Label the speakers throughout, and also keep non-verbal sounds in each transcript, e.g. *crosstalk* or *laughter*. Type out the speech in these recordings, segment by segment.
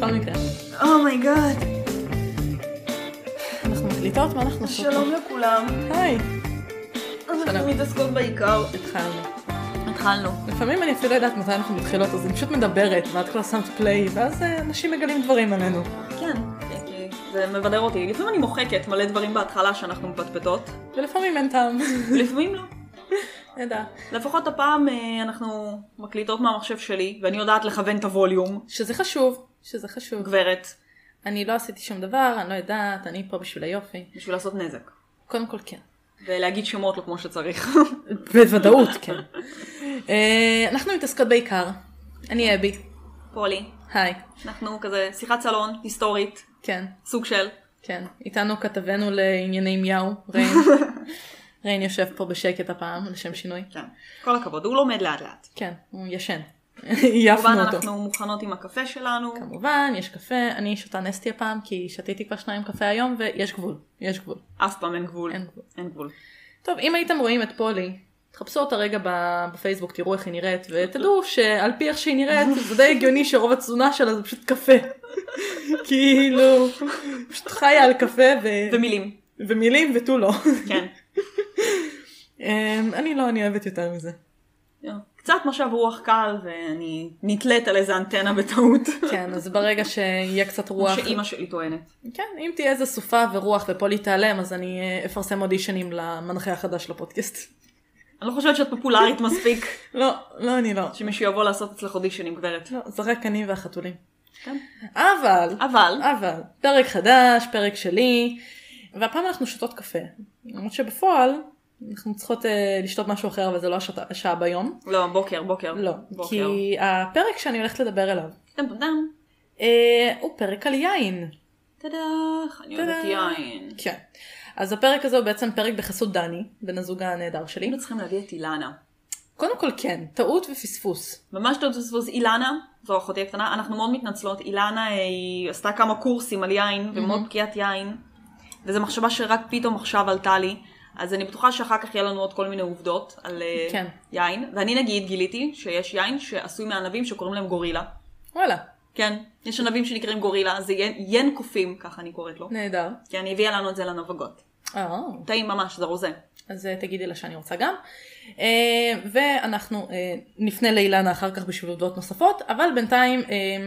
Speaker 1: Oh אומייגאד,
Speaker 2: אנחנו מקליטות? מה אנחנו עושות?
Speaker 1: שלום לכולם,
Speaker 2: היי.
Speaker 1: אנחנו מתעסקות בעיקר.
Speaker 2: התחלנו.
Speaker 1: התחלנו.
Speaker 2: לפעמים אני אפילו לא יודעת מתי אנחנו מתחילות, אז אני פשוט מדברת, ואת כבר שמת פליי, ואז אה, אנשים מגלים דברים עלינו.
Speaker 1: כן, כן, כי זה מבדר אותי. לפעמים אני מוחקת מלא דברים בהתחלה שאנחנו מפטפטות,
Speaker 2: ולפעמים אין טעם. *laughs*
Speaker 1: לפעמים לא.
Speaker 2: נדע.
Speaker 1: לפחות הפעם אה, אנחנו מקליטות מהמחשב שלי, ואני יודעת לכוון את הווליום,
Speaker 2: שזה חשוב, שזה חשוב.
Speaker 1: גברת,
Speaker 2: אני לא עשיתי שום דבר, אני לא יודעת, אני פה בשביל היופי.
Speaker 1: בשביל לעשות נזק.
Speaker 2: קודם כל כן.
Speaker 1: ולהגיד שמות לא כמו *laughs* שצריך.
Speaker 2: בוודאות, כן. אה, אנחנו מתעסקות בעיקר. אני אבי.
Speaker 1: פולי,
Speaker 2: היי.
Speaker 1: אנחנו כזה שיחת סלון היסטורית,
Speaker 2: כן.
Speaker 1: סוג של.
Speaker 2: כן, איתנו כתבנו לענייני מיהו, ריין. ריין יושב פה בשקט הפעם, לשם שינוי.
Speaker 1: כן. כל הכבוד, הוא לומד לאט לאט.
Speaker 2: כן, הוא ישן. *laughs*
Speaker 1: כמובן
Speaker 2: עייפנו אותו.
Speaker 1: אנחנו מוכנות עם הקפה שלנו.
Speaker 2: כמובן, יש קפה, אני שותה נסטי הפעם, כי שתיתי כבר שניים קפה היום, ויש גבול. יש גבול.
Speaker 1: אף פעם אין גבול.
Speaker 2: אין גבול.
Speaker 1: אין גבול.
Speaker 2: טוב, אם הייתם רואים את פולי, תחפשו אותה רגע ב- בפייסבוק, תראו איך היא נראית, ותדעו שעל פי איך שהיא נראית, זה די הגיוני שרוב התזונה שלה זה פשוט קפה. *laughs* כאילו, פשוט חיה על קפה ו-
Speaker 1: ומילים.
Speaker 2: ומילים ותו לא. *laughs*
Speaker 1: כן.
Speaker 2: אמ, אני לא, אני אוהבת יותר מזה.
Speaker 1: קצת משב רוח קל ואני נתלית על איזה אנטנה בטעות.
Speaker 2: כן, אז ברגע שיהיה קצת
Speaker 1: כמו
Speaker 2: רוח...
Speaker 1: שאימא שלי טוענת.
Speaker 2: כן, אם תהיה איזה סופה ורוח ופולי תיעלם, אז אני אה, אפרסם אודישנים למנחה החדש של הפודקאסט.
Speaker 1: אני לא חושבת שאת פופולרית מספיק
Speaker 2: *laughs* לא, לא, אני לא.
Speaker 1: שמישהו יבוא לעשות אצלך אודישנים גברת.
Speaker 2: לא, זה רק אני והחתולים.
Speaker 1: כן.
Speaker 2: אבל,
Speaker 1: אבל
Speaker 2: אבל, פרק חדש, פרק שלי, והפעם אנחנו שותות קפה. למרות שבפועל, אנחנו צריכות אה, לשתות משהו אחר, אבל זה לא השעת- השעה ביום.
Speaker 1: לא בוקר בוקר.
Speaker 2: לא,
Speaker 1: בוקר.
Speaker 2: כי הפרק שאני הולכת לדבר עליו,
Speaker 1: טם טם טם.
Speaker 2: אה, הוא פרק על יין.
Speaker 1: תדך. אני אוהבת
Speaker 2: תדך.
Speaker 1: יין.
Speaker 2: כן. אז הפרק הזה הוא בעצם פרק בחסות דני, בן הזוג הנהדר שלי.
Speaker 1: היינו צריכים להביא את אילנה.
Speaker 2: קודם כל כן, טעות ופספוס.
Speaker 1: ממש טוב תפספוס אילנה, זו אחותי הקטנה, אנחנו מאוד מתנצלות, אילנה אה, היא עשתה כמה קורסים על יין,
Speaker 2: Mhm.
Speaker 1: ומאוד בקיאת יין, וזו מחשבה שרק פתאום עכשיו עלתה לי, אז אני בטוחה שאחר כך יהיה לנו עוד כל מיני עובדות על אה,
Speaker 2: כן.
Speaker 1: יין, ואני נגיד גיליתי שיש יין שעשוי מענבים שקוראים להם גורילה,
Speaker 2: וואלה,
Speaker 1: כן, יש ענבים שנקראים גורילה, זה ין, ין קופים, ככה אני קוראת לו,
Speaker 2: נהדר.
Speaker 1: כן, היא הביאה לנו את זה לנבגות,
Speaker 2: אה,
Speaker 1: טעים ממש, זה רוזה,
Speaker 2: אז אה, תגידי לה שאני רוצה גם. אה, ואנחנו אה, נפנה לאילנה אחר כך בשביל עובדות נוספות, אבל בינתיים אה,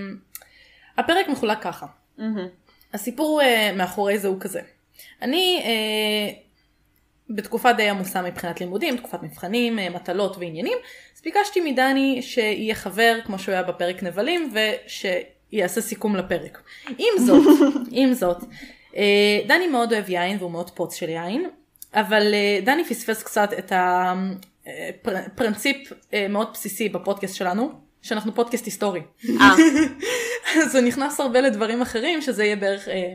Speaker 2: הפרק מחולק ככה.
Speaker 1: מהמם.
Speaker 2: הסיפור אה, מאחורי זה הוא כזה. אני אה, בתקופה די עמוסה מבחינת לימודים, תקופת מבחנים, אה, מטלות ועניינים, אז ביקשתי מדני שיהיה חבר כמו שהוא היה בפרק נבלים ושיעשה סיכום לפרק. עם זאת, עם זאת, אה, דני מאוד אוהב יין והוא מאוד פוץ של יין, אבל אה, דני פספס קצת את אה, הפרינציפ אה, מאוד בסיסי בפודקאסט שלנו, שאנחנו פודקאסט היסטורי. *laughs*
Speaker 1: אה,
Speaker 2: אז הוא נכנס הרבה לדברים אחרים, שזה יהיה בערך אה,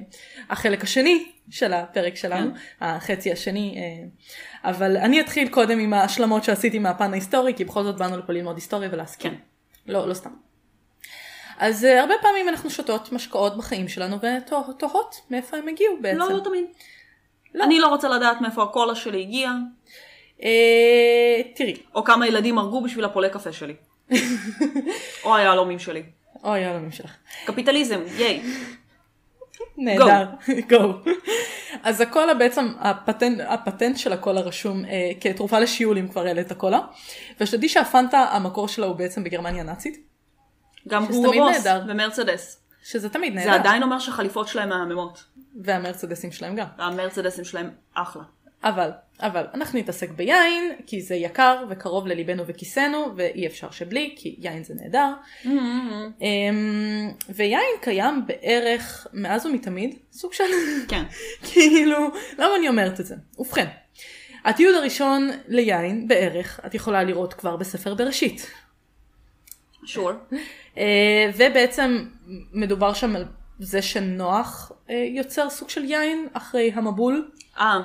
Speaker 2: החלק השני של הפרק שלנו,
Speaker 1: כן.
Speaker 2: החצי השני. אה, אבל אני אתחיל קודם עם ההשלמות שעשיתי מהפן ההיסטורי, כי בכל זאת באנו לפה ללמוד היסטוריה ולהסכים.
Speaker 1: כן.
Speaker 2: לא, לא סתם. אז אה, הרבה פעמים אנחנו שותות משקאות בחיים שלנו ותוהות מאיפה הם הגיעו בעצם.
Speaker 1: לא, לא תמיד.
Speaker 2: לא.
Speaker 1: אני לא רוצה לדעת מאיפה הקולה שלי הגיעה,
Speaker 2: אה, תראי,
Speaker 1: או כמה ילדים הרגו בשביל הפולה
Speaker 2: *laughs*
Speaker 1: קפה שלי. או היהלומים שלי.
Speaker 2: אוי יאללה שלך.
Speaker 1: קפיטליזם, ייי.
Speaker 2: נהדר, *laughs* גו. אז הקולה בעצם, הפטנט, הפטנט של הקולה רשום אה, כתרופה לשיעול אם כבר העלית קולה. ושתדעי שהפנטה המקור שלה הוא בעצם בגרמניה הנאצית,
Speaker 1: גם
Speaker 2: שזה
Speaker 1: גורו
Speaker 2: תמיד
Speaker 1: בוס
Speaker 2: נהדר.
Speaker 1: ומרצדס.
Speaker 2: שזה תמיד
Speaker 1: זה
Speaker 2: נהדר.
Speaker 1: עדיין אומר שהחליפות שלהם מהממות.
Speaker 2: והמרצדסים שלהם גם.
Speaker 1: והמרצדסים שלהם אחלה.
Speaker 2: אבל, אבל, אנחנו נתעסק ביין, כי זה יקר וקרוב לליבנו וכיסנו, ואי אפשר שבלי, כי יין זה נהדר.
Speaker 1: Mm-hmm,
Speaker 2: אמ, ויין קיים בערך מאז ומתמיד, סוג של
Speaker 1: כן.
Speaker 2: כאילו, למה אני אומרת את זה? ובכן, התיעוד הראשון ליין בערך, את יכולה לראות כבר בספר בראשית.
Speaker 1: שור.
Speaker 2: אה, ובעצם מדובר שם על זה שנוח אה, יוצר סוג של יין אחרי המבול.
Speaker 1: אה,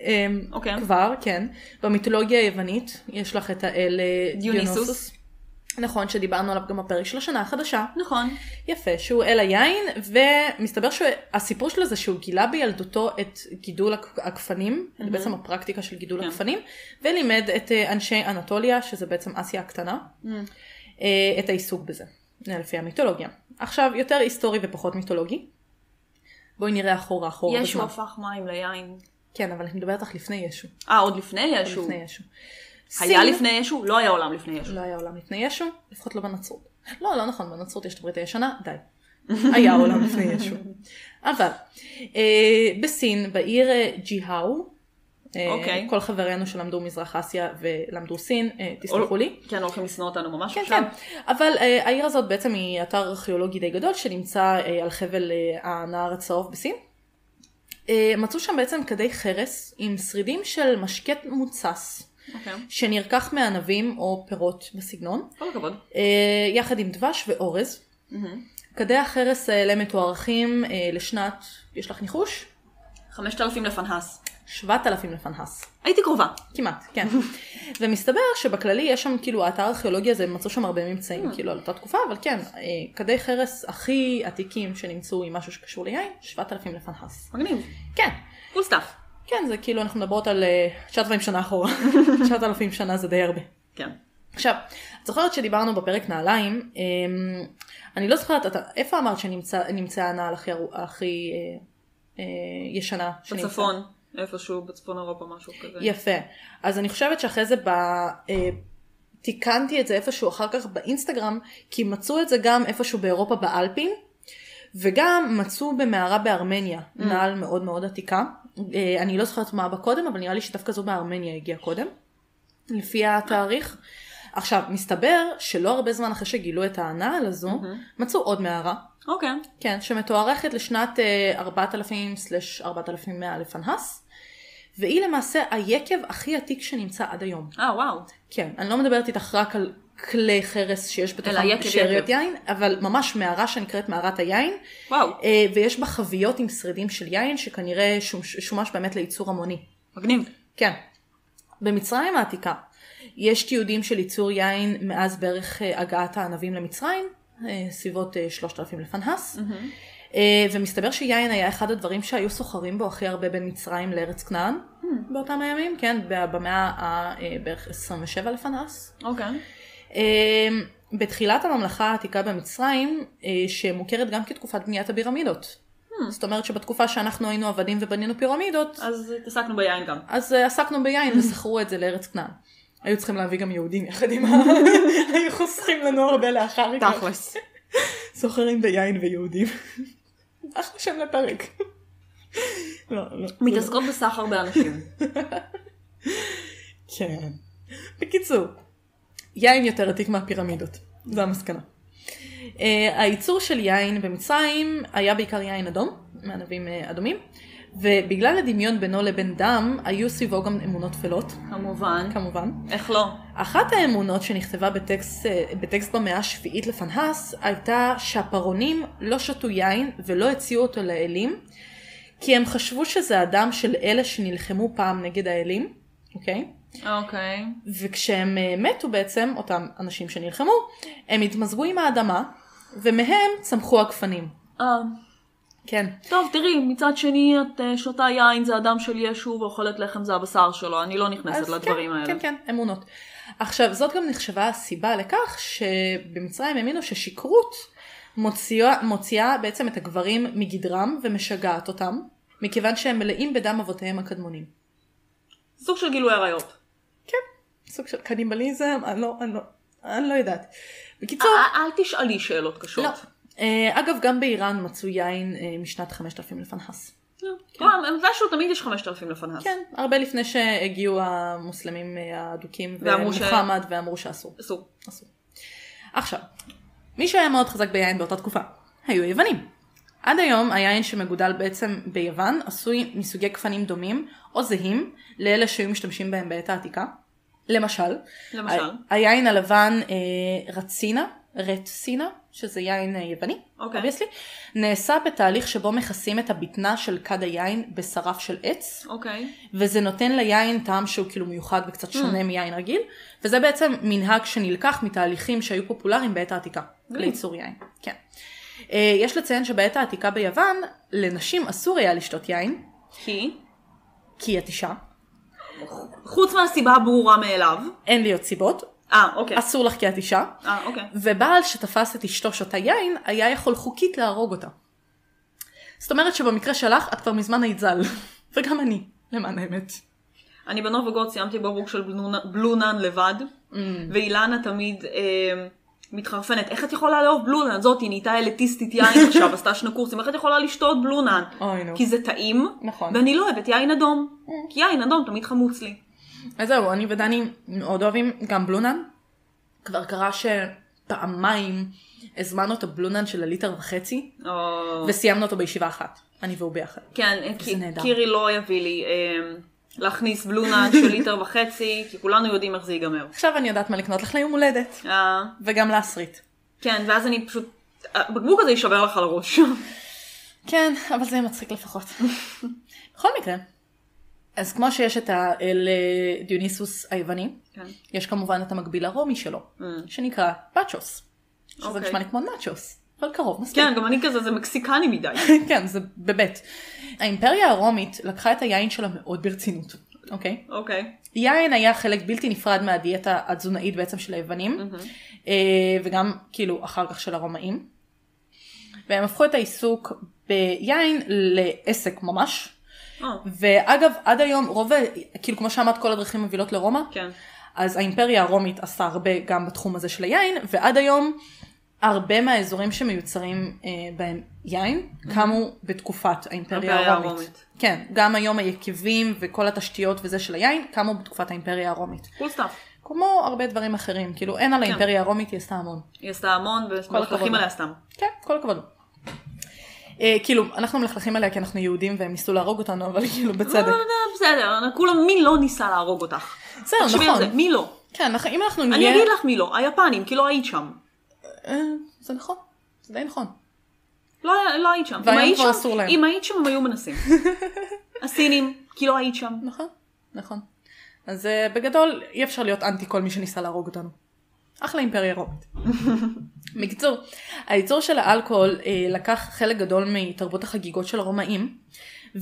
Speaker 2: אה,
Speaker 1: אוקיי.
Speaker 2: כבר, כן. במיתולוגיה היוונית יש לך את האל אה,
Speaker 1: דיוניסוס.
Speaker 2: דיוניסוס. נכון, שדיברנו עליו גם בפרק של השנה החדשה.
Speaker 1: נכון.
Speaker 2: יפה, שהוא אל היין, ומסתבר שהסיפור שלו זה שהוא גילה בילדותו את גידול הק- הגפנים, mm-hmm. בעצם הפרקטיקה של גידול
Speaker 1: Mhm. כן.
Speaker 2: הגפנים, ולימד את אה, אנשי אנטוליה, שזה בעצם אסיה הקטנה,
Speaker 1: Mhm.
Speaker 2: אה, את העיסוק בזה, אה, לפי המיתולוגיה. עכשיו, יותר היסטורי ופחות מיתולוגי. בואי נראה אחורה אחורה
Speaker 1: ישו
Speaker 2: בזמן.
Speaker 1: הפך מים ליין.
Speaker 2: כן, אבל אני מדברת לך לפני ישו.
Speaker 1: אה, עוד לפני ישו.
Speaker 2: לפני ישו.
Speaker 1: היה
Speaker 2: סין-
Speaker 1: לפני ישו? לא היה עולם לפני ישו.
Speaker 2: לא היה עולם לפני ישו, לפחות לא בנצרות. לא, לא נכון, בנצרות יש את הברית הישנה, די. *laughs* היה עולם לפני ישו. אבל, אה, בסין, בעיר אה, ג'יהאו, אה,
Speaker 1: אוקיי.
Speaker 2: כל חברינו שלמדו מזרח אסיה ולמדו סין, אה, תסלחו לי.
Speaker 1: כן, הולכים לשנוא אותנו ממש
Speaker 2: כן,
Speaker 1: עכשיו.
Speaker 2: כן. אבל אה, העיר הזאת בעצם היא אתר ארכיאולוגי די גדול שנמצא אה, על חבל אה, הנהר הצהוב בסין. אה, מצאו שם בעצם כדי חרס עם שרידים של משקה מוצס
Speaker 1: אוקיי.
Speaker 2: שנרקח מענבים או פירות בסגנון,
Speaker 1: כל הכבוד.
Speaker 2: אה, יחד עם דבש ואורז.
Speaker 1: מהמם.
Speaker 2: כדי החרס האלה מתוארכים אה, לשנת, יש לך ניחוש?
Speaker 1: 5,000 לפנהס.
Speaker 2: 7,000 לפנהס.
Speaker 1: הייתי קרובה.
Speaker 2: כמעט, כן. ומסתבר שבכללי יש שם, כאילו, האתר הארכיאולוגי הזה, מצאו שם הרבה ממצאים, כאילו, על אותה תקופה, אבל כן, אה, כדי חרס הכי עתיקים שנמצאו עם משהו שקשור ליין, 7,000 לפנחס.
Speaker 1: מגניב.
Speaker 2: כן,
Speaker 1: קול סטאפ.
Speaker 2: כן, זה כאילו, אנחנו מדברות על אה, 9,000 שנה אחורה. 9,000 שנה זה די הרבה.
Speaker 1: כן.
Speaker 2: עכשיו, את זוכרת שדיברנו בפרק נעליים, אמ, אני לא זוכרת, אתה, איפה אמרת שנמצאה הנעל הכי, ארו- הכי אה, אה, ישנה? שנמצאה?
Speaker 1: בצפון. איפשהו בצפון אירופה משהו כזה.
Speaker 2: יפה. אז אני חושבת שאחרי זה ב... אה, תיקנתי את זה איפשהו אחר כך באינסטגרם, כי מצאו את זה גם איפשהו באירופה באלפין, וגם מצאו במערה בארמניה, נעל מאוד מאוד עתיקה. אה, אני לא זוכרת מה בא קודם, אבל נראה לי שדווקא זו בארמניה הגיעה קודם, לפי התאריך. עכשיו, מסתבר שלא הרבה זמן אחרי שגילו את הנעל הזו, מצאו עוד מערה,
Speaker 1: אוקיי.
Speaker 2: כן, שמתוארכת לשנת אה, 4000-4100 לפנהס, והיא למעשה היקב הכי עתיק שנמצא עד היום.
Speaker 1: אה, וואו.
Speaker 2: כן, אני לא מדברת איתך רק על כלי חרס שיש
Speaker 1: אלא
Speaker 2: בתוכם
Speaker 1: יקב,
Speaker 2: שאריות
Speaker 1: יקב.
Speaker 2: יין, אבל ממש מערה שנקראת מערת היין,
Speaker 1: וואו.
Speaker 2: אה, ויש בה חביות עם שרידים של יין, שכנראה שומש, שומש באמת לייצור המוני.
Speaker 1: מגניב.
Speaker 2: כן. במצרים העתיקה יש תיעודים של ייצור יין מאז בערך אה, הגעת הענבים למצרים, אה, סביבות אה, 3,000 לפנהס, אה, ומסתבר שיין היה אחד הדברים שהיו סוחרים בו הכי הרבה בין מצרים לארץ כנען באותם הימים, כן, ב- במאה ה- אה, בערך 27 לפנהס.
Speaker 1: אוקיי.
Speaker 2: אה, בתחילת הממלכה העתיקה במצרים, אה, שמוכרת גם כתקופת בניית הפירמידות. זאת אומרת שבתקופה שאנחנו היינו עבדים ובנינו פירמידות,
Speaker 1: אז התעסקנו ביין גם.
Speaker 2: אז אה, עסקנו ביין וסחרו את זה לארץ כנען. היו צריכים להביא גם יהודים יחד עם ה... היו חוסכים לנו הרבה לאחר כך.
Speaker 1: תכלס.
Speaker 2: סוחרים ביין ויהודים. אחלה שם לפרק. לא, לא.
Speaker 1: *laughs* מתעסקות בסחר באנשים.
Speaker 2: כן. בקיצור, יין יותר עתיק מהפירמידות. זו המסקנה. Uh, הייצור של יין במצרים היה בעיקר יין אדום, מענבים uh, אדומים, ובגלל הדמיון בינו לבין דם, היו סביבו גם אמונות טפלות,
Speaker 1: כמובן.
Speaker 2: כמובן.
Speaker 1: איך לא?
Speaker 2: אחת האמונות שנכתבה בטקסט, אה, בטקסט במאה השביעית לפנהס הייתה שהפרעונים לא שתו יין ולא הציעו אותו לאלים כי הם חשבו שזה הדם של אלה שנלחמו פעם נגד האלים, אוקיי?
Speaker 1: אוקיי.
Speaker 2: וכשהם אה, מתו בעצם, אותם אנשים שנלחמו, הם התמזגו עם האדמה ומהם צמחו הגפנים.
Speaker 1: אה,
Speaker 2: כן.
Speaker 1: טוב, תראי, מצד שני, את אה, שותה יין, זה הדם של ישו, ואוכלת לחם, זה הבשר שלו. אני לא נכנסת
Speaker 2: אז
Speaker 1: לדברים
Speaker 2: כן,
Speaker 1: האלה.
Speaker 2: כן, כן, אמונות. עכשיו, זאת גם נחשבה הסיבה לכך שבמצרים האמינו ששכרות מוציאה, מוציאה בעצם את הגברים מגדרם ומשגעת אותם, מכיוון שהם מלאים בדם אבותיהם הקדמונים.
Speaker 1: סוג של גילוי עריות.
Speaker 2: סוג של קניבליזם, אני לא, אני לא, אני לא יודעת. בקיצור,
Speaker 1: אה, אל אל תשאלי שאלות קשות.
Speaker 2: לא. אה, אגב, גם באיראן מצאו יין אה, משנת 5000 לפנהס.
Speaker 1: לא, מתישהו תמיד יש 5,000 לפניו.
Speaker 2: כן, הרבה לפני שהגיעו המוסלמים אה, האדוקים
Speaker 1: ואמרו ש-
Speaker 2: ומוחמד ואמרו שאסור.
Speaker 1: אסור.
Speaker 2: אסור. עכשיו, מי שהיה מאוד חזק ביין באותה תקופה, היו היוונים. עד היום היין שמגודל בעצם ביוון עשוי מסוגי גפנים דומים או זהים לאלה שהיו משתמשים בהם בעת העתיקה. למשל,
Speaker 1: למשל.
Speaker 2: ה- היין הלבן אה, רצינה, רטסינה, שזה יין אה, יווני,
Speaker 1: אוקיי.
Speaker 2: obviously, נעשה בתהליך שבו מכסים את הבטנה של כד היין בשרף של עץ,
Speaker 1: אוקיי.
Speaker 2: וזה נותן ליין טעם שהוא כאילו מיוחד וקצת שונה מיין רגיל, וזה בעצם מנהג שנלקח מתהליכים שהיו פופולריים בעת העתיקה, לייצור יין. כן. אה, יש לציין שבעת העתיקה ביוון, לנשים אסור היה לשתות יין,
Speaker 1: כי?
Speaker 2: כי היא התישה,
Speaker 1: חוץ מהסיבה הברורה מאליו.
Speaker 2: אין לי עוד סיבות,
Speaker 1: אה, אוקיי.
Speaker 2: אסור לך כי את אישה,
Speaker 1: אה, אוקיי.
Speaker 2: ובעל שתפס את אשתו שותה יין, היה יכול חוקית להרוג אותה. זאת אומרת שבמקרה שלך את כבר מזמן היית ז"ל. *laughs* וגם אני, למען האמת.
Speaker 1: אני בנובגוד סיימתי בבוק של בלונ- בלונן לבד,
Speaker 2: Mm.
Speaker 1: ואילנה תמיד אה, מתחרפנת, איך את יכולה לאהוב בלונן? זאתי נהייתה אליטיסטית יין עכשיו, עשתה שני קורסים, איך את יכולה לשתות בלונן?
Speaker 2: אוי נו.
Speaker 1: כי זה טעים,
Speaker 2: נכון. Mm.
Speaker 1: ואני לא אוהבת יין אדום, כי יין אדום תמיד חמוץ לי.
Speaker 2: אז זהו, אני ודני מאוד אוהבים גם בלונן. כבר קרה שפעמיים הזמנו את הבלונן של הליטר וחצי,
Speaker 1: או-
Speaker 2: וסיימנו אותו בישיבה אחת. אני והוא ביחד.
Speaker 1: כן, כי-
Speaker 2: נהדר.
Speaker 1: קירי לא יביא לי אה, להכניס בלונן של ליטר וחצי, כי כולנו יודעים איך זה ייגמר.
Speaker 2: עכשיו אני יודעת מה לקנות לך ליום הולדת,
Speaker 1: אה,
Speaker 2: וגם להסריט.
Speaker 1: כן, ואז אני פשוט, הבקבוק הזה יישבר לך על הראש. *laughs*
Speaker 2: כן, אבל זה יהיה מצחיק לפחות. *laughs* בכל מקרה, אז כמו שיש את האל אה, דיוניסוס היווני,
Speaker 1: כן.
Speaker 2: יש כמובן את המקביל הרומי שלו, שנקרא פאצ'וס. שזה
Speaker 1: אוקיי.
Speaker 2: נשמע לי כמו נאצ'וס, אבל קרוב מספיק.
Speaker 1: כן, גם אני כזה, זה מקסיקני מדי.
Speaker 2: כן, זה בבית. האימפריה הרומית לקחה את היין שלה מאוד ברצינות, אוקיי?
Speaker 1: אוקיי.
Speaker 2: יין היה חלק בלתי נפרד מהדיאטה התזונאית בעצם של היוונים, אה, וגם כאילו אחר כך של הרומאים. והם הפכו את העיסוק ביין לעסק ממש.
Speaker 1: אה,
Speaker 2: ואגב, עד היום רוב, ה- כאילו כמו שאמרת, כל הדרכים מובילות לרומא,
Speaker 1: כן.
Speaker 2: אז האימפריה הרומית עשה הרבה גם בתחום הזה של היין, ועד היום הרבה מהאזורים שמיוצרים אה, בהם יין קמו בתקופת האימפריה
Speaker 1: Mm-hmm. האימפריה
Speaker 2: הרומית.
Speaker 1: הרומית.
Speaker 2: כן, גם היום היקבים וכל התשתיות וזה של היין קמו בתקופת האימפריה הרומית.
Speaker 1: קול סטאפ.
Speaker 2: כמו הרבה דברים אחרים, כאילו אין על
Speaker 1: כן.
Speaker 2: האימפריה הרומית, היא עשתה המון.
Speaker 1: היא עשתה המון, ומלכלכים
Speaker 2: הכבוד.
Speaker 1: עליה סתם.
Speaker 2: כן, כל הכבוד. אה, כאילו, אנחנו מלכלכים עליה כי אנחנו יהודים והם ניסו להרוג אותנו, אבל כאילו
Speaker 1: לא,
Speaker 2: בצדק.
Speaker 1: לא, לא, בסדר, כולם, מי לא ניסה להרוג אותך?
Speaker 2: זהו,
Speaker 1: תחשבי על
Speaker 2: נכון.
Speaker 1: זה, מי לא?
Speaker 2: כן, אנחנו- אם אנחנו
Speaker 1: אני
Speaker 2: נהיה...
Speaker 1: אגיד לך מי לא, היפנים, כי לא היית שם.
Speaker 2: אה, זה נכון, זה די נכון.
Speaker 1: לא היה- לא היית שם. אם
Speaker 2: והיום
Speaker 1: היית
Speaker 2: כבר
Speaker 1: שם-
Speaker 2: אסור להם.
Speaker 1: אם היית שם, הם היו
Speaker 2: *laughs*
Speaker 1: מנסים. הסינים, כי לא היית שם.
Speaker 2: נכון, נכון. אז אה, בגדול אי אפשר להיות אנטי כל מי שניסה להרוג אותנו. אחלה אימפריה רומית. *laughs* בקיצור, הייצור של האלכוהול אה, לקח חלק גדול מתרבות החגיגות של הרומאים,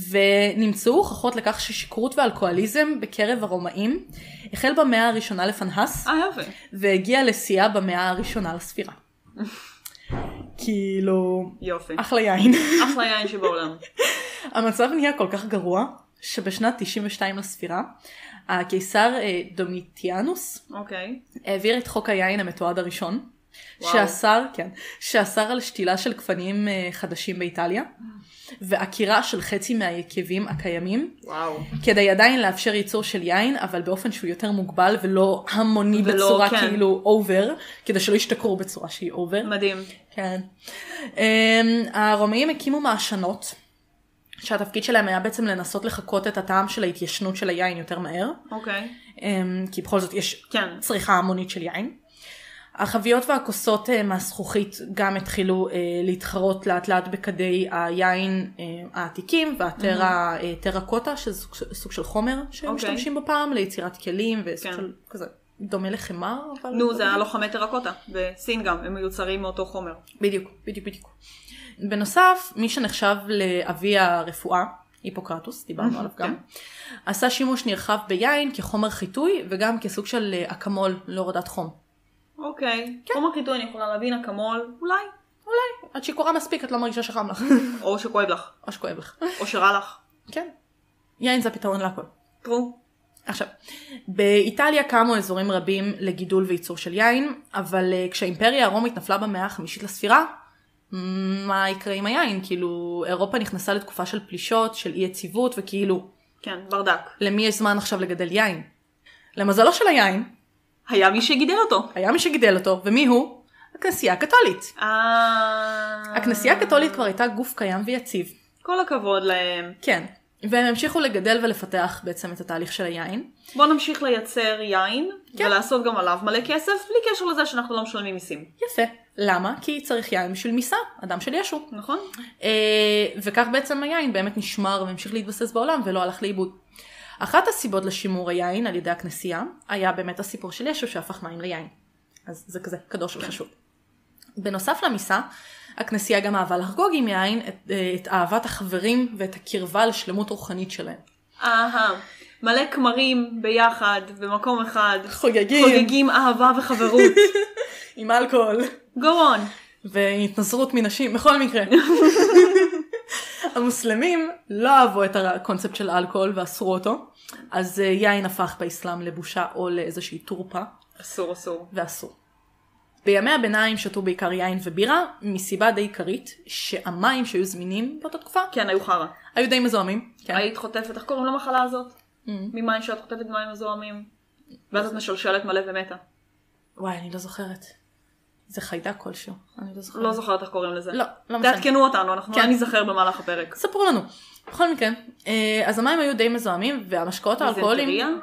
Speaker 2: ונמצאו הוכחות לכך ששכרות ואלכוהוליזם בקרב הרומאים החל במאה הראשונה לפנהס,
Speaker 1: אה, יופי.
Speaker 2: והגיע לשיאה במאה הראשונה לספירה. כאילו,
Speaker 1: יופי.
Speaker 2: אחלה יין. *laughs*
Speaker 1: אחלה יין שבעולם.
Speaker 2: המצב נהיה כל כך גרוע, שבשנת 92 לספירה, הקיסר אה, דומיטיאנוס
Speaker 1: אוקיי.
Speaker 2: העביר את חוק היין המתועד הראשון,
Speaker 1: וואו.
Speaker 2: שאסר, כן, שאסר על שתילה של גפנים אה, חדשים באיטליה, ועקירה של חצי מהיקבים הקיימים,
Speaker 1: וואו.
Speaker 2: כדי עדיין לאפשר ייצור של יין, אבל באופן שהוא יותר מוגבל ולא המוני
Speaker 1: ולא,
Speaker 2: בצורה
Speaker 1: כן.
Speaker 2: כאילו אובר, כדי שלא ישתכרו בצורה שהיא אובר.
Speaker 1: מדהים.
Speaker 2: כן. Um, הרומאים הקימו מעשנות, שהתפקיד שלהם היה בעצם לנסות לחקות את הטעם של ההתיישנות של היין יותר מהר,
Speaker 1: אוקיי.
Speaker 2: um, כי בכל זאת יש
Speaker 1: כן.
Speaker 2: צריכה המונית של יין. החביות והכוסות אה, מהזכוכית גם התחילו אה, להתחרות לאט לאט בכדי היין אה, העתיקים
Speaker 1: Mm-hmm.
Speaker 2: והטרקוטה, שזה סוג, סוג של חומר שמשתמשים בו פעם ליצירת כלים וסוג
Speaker 1: אוקיי. כן.
Speaker 2: של כזה דומה לחמר. אבל- לא
Speaker 1: נו, זה הלוחמי טרקוטה. בסין גם, הם מיוצרים מאותו חומר.
Speaker 2: בדיוק, בדיוק, בדיוק. בנוסף, מי שנחשב לאבי הרפואה, היפוקרטוס, דיברנו עליו גם, עשה שימוש נרחב ביין כחומר חיטוי וגם כסוג של אה, אקמול להורדת חום.
Speaker 1: אוקיי.
Speaker 2: כן.
Speaker 1: חומר חיטוי אני יכולה להבין, אקמול, אולי.
Speaker 2: אולי, את שיכורה מספיק, את לא מרגישה שחם לך,
Speaker 1: או שכואב לך,
Speaker 2: או שכואב לך.
Speaker 1: או שרע לך.
Speaker 2: כן. יין זה הפתרון להכל.
Speaker 1: טרו.
Speaker 2: עכשיו, באיטליה קמו אזורים רבים לגידול וייצור של יין, אבל אה, כשהאימפריה הרומית נפלה במאה החמישית לספירה, מה יקרה עם היין? כאילו, אירופה נכנסה לתקופה של פלישות, של אי יציבות, וכאילו,
Speaker 1: כן, ברדק.
Speaker 2: למי יש זמן עכשיו לגדל יין? למזלו של היין,
Speaker 1: היה מי שגידל אותו.
Speaker 2: היה מי שגידל אותו, ומי הוא? הכנסייה הקתולית.
Speaker 1: אה...
Speaker 2: הכנסייה הקתולית כבר הייתה גוף קיים ויציב.
Speaker 1: כל הכבוד להם.
Speaker 2: כן. והם המשיכו לגדל ולפתח בעצם את התהליך של היין.
Speaker 1: בואו נמשיך לייצר יין, כן. ולעשות גם עליו מלא כסף, בלי קשר לזה שאנחנו לא משלמים מיסים.
Speaker 2: יפה. למה? כי צריך יין בשביל מיסה, אדם של ישו.
Speaker 1: נכון?
Speaker 2: אה, וכך בעצם היין באמת נשמר והמשיך להתבסס בעולם ולא הלך לאיבוד. אחת הסיבות לשימור היין על ידי הכנסייה היה באמת הסיפור של ישו שהפך מים ליין. אז זה כזה קדוש וחשוב. בנוסף למיסה, הכנסייה גם אהבה לחגוג עם יין את, אה, את אהבת החברים ואת הקרבה לשלמות רוחנית שלהם.
Speaker 1: אהה. מלא כמרים ביחד, במקום אחד.
Speaker 2: חוגגים
Speaker 1: חוגגים אהבה וחברות.
Speaker 2: *laughs* עם אלכוהול
Speaker 1: Go on.
Speaker 2: והתנזרות מנשים, בכל מקרה. המוסלמים לא אהבו את הקונספט של האלכוהול ואסרו אותו, אז אה, יין הפך באסלאם לבושה או לאיזושהי טורפה,
Speaker 1: אסור, אסור.
Speaker 2: ואסור. בימי הביניים שתו בעיקר יין ובירה, מסיבה די עיקרית, שהמים שהיו זמינים באותה תקופה,
Speaker 1: כן, היו חרא.
Speaker 2: היו די מזוהמים. כן. Mm.
Speaker 1: היית חוטפת, איך קוראים למחלה הזאת? ממים שאת חוטפת מים מזוהמים. ואז
Speaker 2: לא.
Speaker 1: את משלשלת מלא ומתה.
Speaker 2: כן. וואי, אני לא זוכרת. זה חיידק כלשהו, אני לא זוכרת.
Speaker 1: לא זוכרת איך קוראים לזה.
Speaker 2: לא, לא משנה.
Speaker 1: תעדכנו אותנו, אנחנו
Speaker 2: כן.
Speaker 1: לא ניזכר במהלך הפרק.
Speaker 2: ספרו לנו. בכל מקרה, אה, אז המים היו די מזוהמים, והמשקאות האלכוהולים...
Speaker 1: דיזנטריה?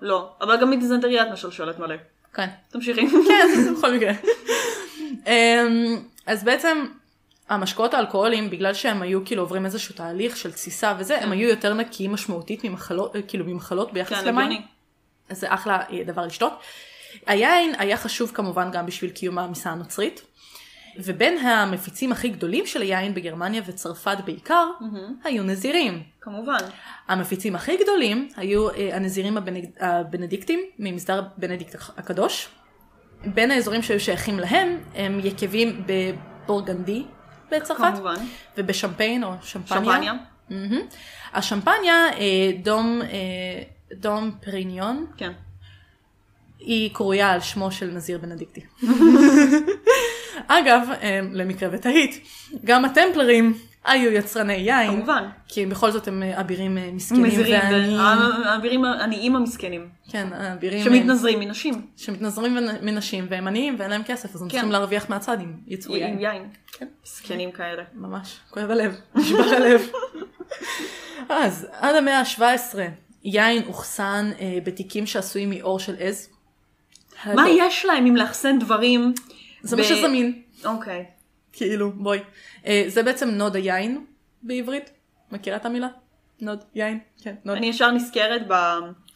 Speaker 1: לא, אבל גם מדיזנטריה את משלשלת מלא.
Speaker 2: כן.
Speaker 1: תמשיכי.
Speaker 2: כן, *laughs* בכל מקרה. אמ, אז בעצם המשקאות האלכוהוליים, בגלל שהם היו כאילו עוברים איזשהו תהליך של תסיסה וזה, הם היו יותר נקיים משמעותית ממחלות, אה, כאילו ממחלות ביחס
Speaker 1: כן,
Speaker 2: למים.
Speaker 1: הגיוני.
Speaker 2: אז זה אחלה אה, דבר לשתות. היין היה חשוב כמובן גם בשביל קיום המסעה הנוצרית. ובין המפיצים הכי גדולים של היין בגרמניה וצרפת בעיקר, היו נזירים.
Speaker 1: כמובן.
Speaker 2: המפיצים הכי גדולים היו אה, הנזירים הבנד... הבנדיקטים ממסדר בנדיקט הקדוש. בין האזורים שהיו שייכים להם הם יקבים בבורגנדי בצרפת
Speaker 1: כמובן.
Speaker 2: ובשמפיין או שמפניה.
Speaker 1: שמפניה.
Speaker 2: Mm-hmm. השמפניה אה, דום, אה, דום פריניון
Speaker 1: כן.
Speaker 2: היא קרויה על שמו של נזיר
Speaker 1: *laughs*
Speaker 2: בנדיקטי. אגב, אה, למקרה ותהית, גם הטמפלרים היו יצרני יין.
Speaker 1: כמובן.
Speaker 2: כי בכל זאת הם אה, אבירים אה, מסכנים
Speaker 1: מזירים, אה,
Speaker 2: ועניים.
Speaker 1: האבירים העניים המסכנים.
Speaker 2: כן, האבירים
Speaker 1: שמתנזרים מנשים.
Speaker 2: שמתנזרים ונ- מנשים והם עניים ואין להם כסף, אז הם
Speaker 1: כן.
Speaker 2: צריכים להרוויח מהצד עם ייצור
Speaker 1: עם
Speaker 2: יין. כן. אוקיי.
Speaker 1: יין. זקנים כאלה.
Speaker 2: ממש, כואב הלב, *laughs* נשבר הלב. אז עד המאה ה-17 יין אוחסן אה, בתיקים שעשויים מעור של עז.
Speaker 1: מה
Speaker 2: הלא,
Speaker 1: יש להם אם לאחסן דברים?
Speaker 2: זה מה
Speaker 1: ב-
Speaker 2: שזמין,
Speaker 1: אוקיי.
Speaker 2: כאילו, בואי. אה, זה בעצם נוד היין בעברית, מכירה את המילה? נוד, יין, כן, נוד.
Speaker 1: אני ישר נזכרת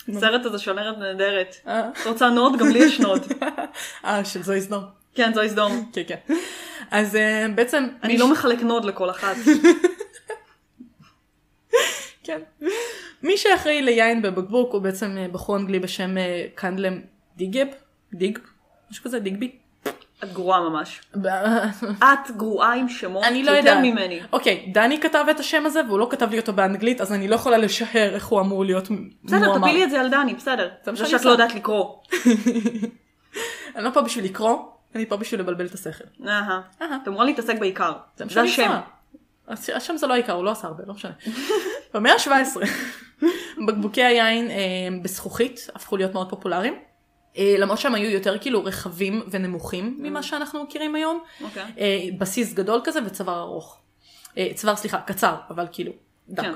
Speaker 1: בסרט הזה של ארץ נהדרת.
Speaker 2: אה.
Speaker 1: את רוצה נוד? גם לי יש נוד.
Speaker 2: *laughs* אה, של זוהי סדום.
Speaker 1: כן, זו הזדום.
Speaker 2: כן, כן. אז אה, בעצם...
Speaker 1: אני
Speaker 2: מי
Speaker 1: לא
Speaker 2: ש-
Speaker 1: מחלק נוד לכל אחת.
Speaker 2: כן. מי שאחראי ליין בבקבוק הוא בעצם אה, בחור אנגלי בשם אה, קנדלם דיגב, דיג, משהו כזה, דיגבי.
Speaker 1: את גרועה ממש.
Speaker 2: *laughs* ב-
Speaker 1: את גרועה עם שמות
Speaker 2: אני לא
Speaker 1: יותר
Speaker 2: יודעת.
Speaker 1: ממני.
Speaker 2: אוקיי, דני כתב את השם הזה והוא לא כתב לי אותו באנגלית, אז אני לא יכולה לשער איך הוא אמור להיות מ-
Speaker 1: בסדר,
Speaker 2: מועמד.
Speaker 1: תפילי את זה על דני, בסדר.
Speaker 2: זה מה
Speaker 1: זה
Speaker 2: שאני
Speaker 1: שאת
Speaker 2: עושה.
Speaker 1: לא יודעת לקרוא.
Speaker 2: אני לא פה בשביל לקרוא, אני פה בשביל לבלבל את השכל.
Speaker 1: אהה.
Speaker 2: אהה.
Speaker 1: את אמורה להתעסק בעיקר.
Speaker 2: זה מה
Speaker 1: זה
Speaker 2: שאני
Speaker 1: השם.
Speaker 2: עושה. הש- השם זה לא העיקר, הוא לא עשה הרבה, לא משנה. *laughs* במאה ה-17, בקבוקי היין אה, בזכוכית הפכו להיות מאוד פופולריים. אה, למרות שהם היו יותר כאילו רחבים ונמוכים
Speaker 1: אה.
Speaker 2: ממה שאנחנו מכירים היום.
Speaker 1: אוקיי.
Speaker 2: אה, בסיס גדול כזה וצוואר ארוך. אה, צוואר, סליחה, קצר, אבל כאילו, דק.
Speaker 1: כן.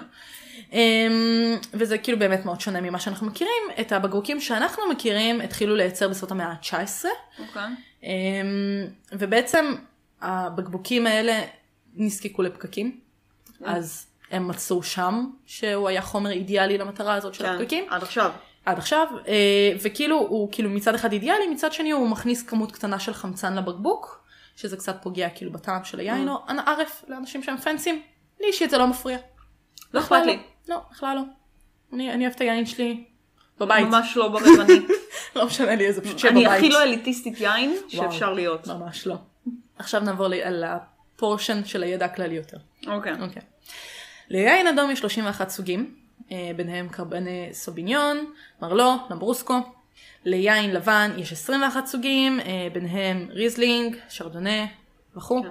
Speaker 2: אמ, וזה כאילו באמת מאוד שונה ממה שאנחנו מכירים. את הבקבוקים שאנחנו מכירים התחילו לייצר בסוף המאה ה-19,
Speaker 1: אוקיי.
Speaker 2: אמ, ובעצם הבקבוקים האלה נזקקו לפקקים,
Speaker 1: כן.
Speaker 2: אז הם מצאו שם שהוא היה חומר אידיאלי למטרה הזאת של
Speaker 1: כן,
Speaker 2: הפקקים,
Speaker 1: עד עכשיו.
Speaker 2: עד עכשיו, אה, וכאילו הוא כאילו מצד אחד אידיאלי, מצד שני הוא מכניס כמות קטנה של חמצן לבקבוק, שזה קצת פוגע כאילו בטעם של היין,
Speaker 1: Mm.
Speaker 2: או אנא ערף לאנשים שהם פנסים. לי אישית זה לא מפריע.
Speaker 1: לא אכפת לי.
Speaker 2: לא, בכלל לא. אני, אני אוהבת את היין שלי בבית.
Speaker 1: ממש לא
Speaker 2: *laughs*
Speaker 1: ברבנית.
Speaker 2: לא משנה לי איזה, פשוט שיהיה
Speaker 1: אני
Speaker 2: בבית.
Speaker 1: הכי לא אליטיסטית יין
Speaker 2: וואו.
Speaker 1: שאפשר להיות.
Speaker 2: ממש לא. עכשיו נעבור לי על הפורשן של הידע הכללי יותר.
Speaker 1: אוקיי.
Speaker 2: אוקיי. ליין אדום יש 31 סוגים, אה, ביניהם קרבני סוביניון, מרלו, נברוסקו. ליין לבן יש 21 סוגים, אה, ביניהם ריזלינג, שרדונה
Speaker 1: כן.
Speaker 2: וכו'.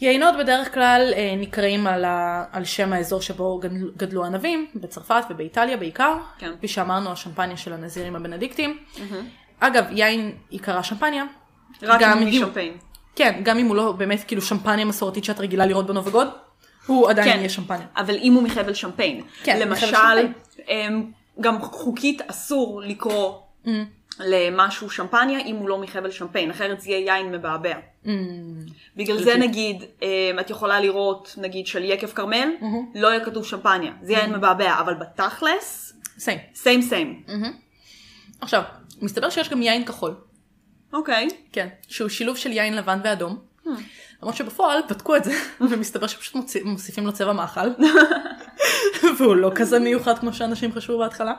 Speaker 2: יעינות בדרך כלל אה, נקראים על, ה, על שם האזור שבו גדל- גדלו ענבים, בצרפת ובאיטליה בעיקר.
Speaker 1: כן.
Speaker 2: כפי שאמרנו, השמפניה של הנזירים הבנדיקטים. אגב, יין עיקרה שמפניה.
Speaker 1: רק
Speaker 2: גם
Speaker 1: עם
Speaker 2: אם-
Speaker 1: שמפיין.
Speaker 2: כן, גם אם הוא לא באמת כאילו שמפניה מסורתית שאת רגילה לראות בנובגוד, הוא עדיין
Speaker 1: כן.
Speaker 2: יהיה שמפניה.
Speaker 1: אבל אם הוא מחבל שמפיין.
Speaker 2: כן, מחבל
Speaker 1: למשל, אמ, גם חוקית אסור לקרוא
Speaker 2: Mm.
Speaker 1: למשהו שמפניה אם הוא לא מחבל שמפיין, אחרת זה יהיה יין מבעבע.
Speaker 2: Mm.
Speaker 1: בגלל זה נגיד, אמ, את יכולה לראות, נגיד של יקב כרמל,
Speaker 2: Mm-hmm.
Speaker 1: לא יהיה כתוב שמפניה, זה יין מבעבע, אבל בתכלס,
Speaker 2: סיים.
Speaker 1: סיים סיים.
Speaker 2: Mm. עכשיו, מסתבר שיש גם יין כחול.
Speaker 1: אוקיי,
Speaker 2: כן. שהוא שילוב של יין לבן ואדום.
Speaker 1: Hmm.
Speaker 2: למרות שבפועל בדקו
Speaker 1: *laughs*
Speaker 2: את זה, ומסתבר שפשוט מוציא- מוסיפים לו צבע מאכל. *laughs* והוא לא כזה מיוחד כמו שאנשים חשבו בהתחלה,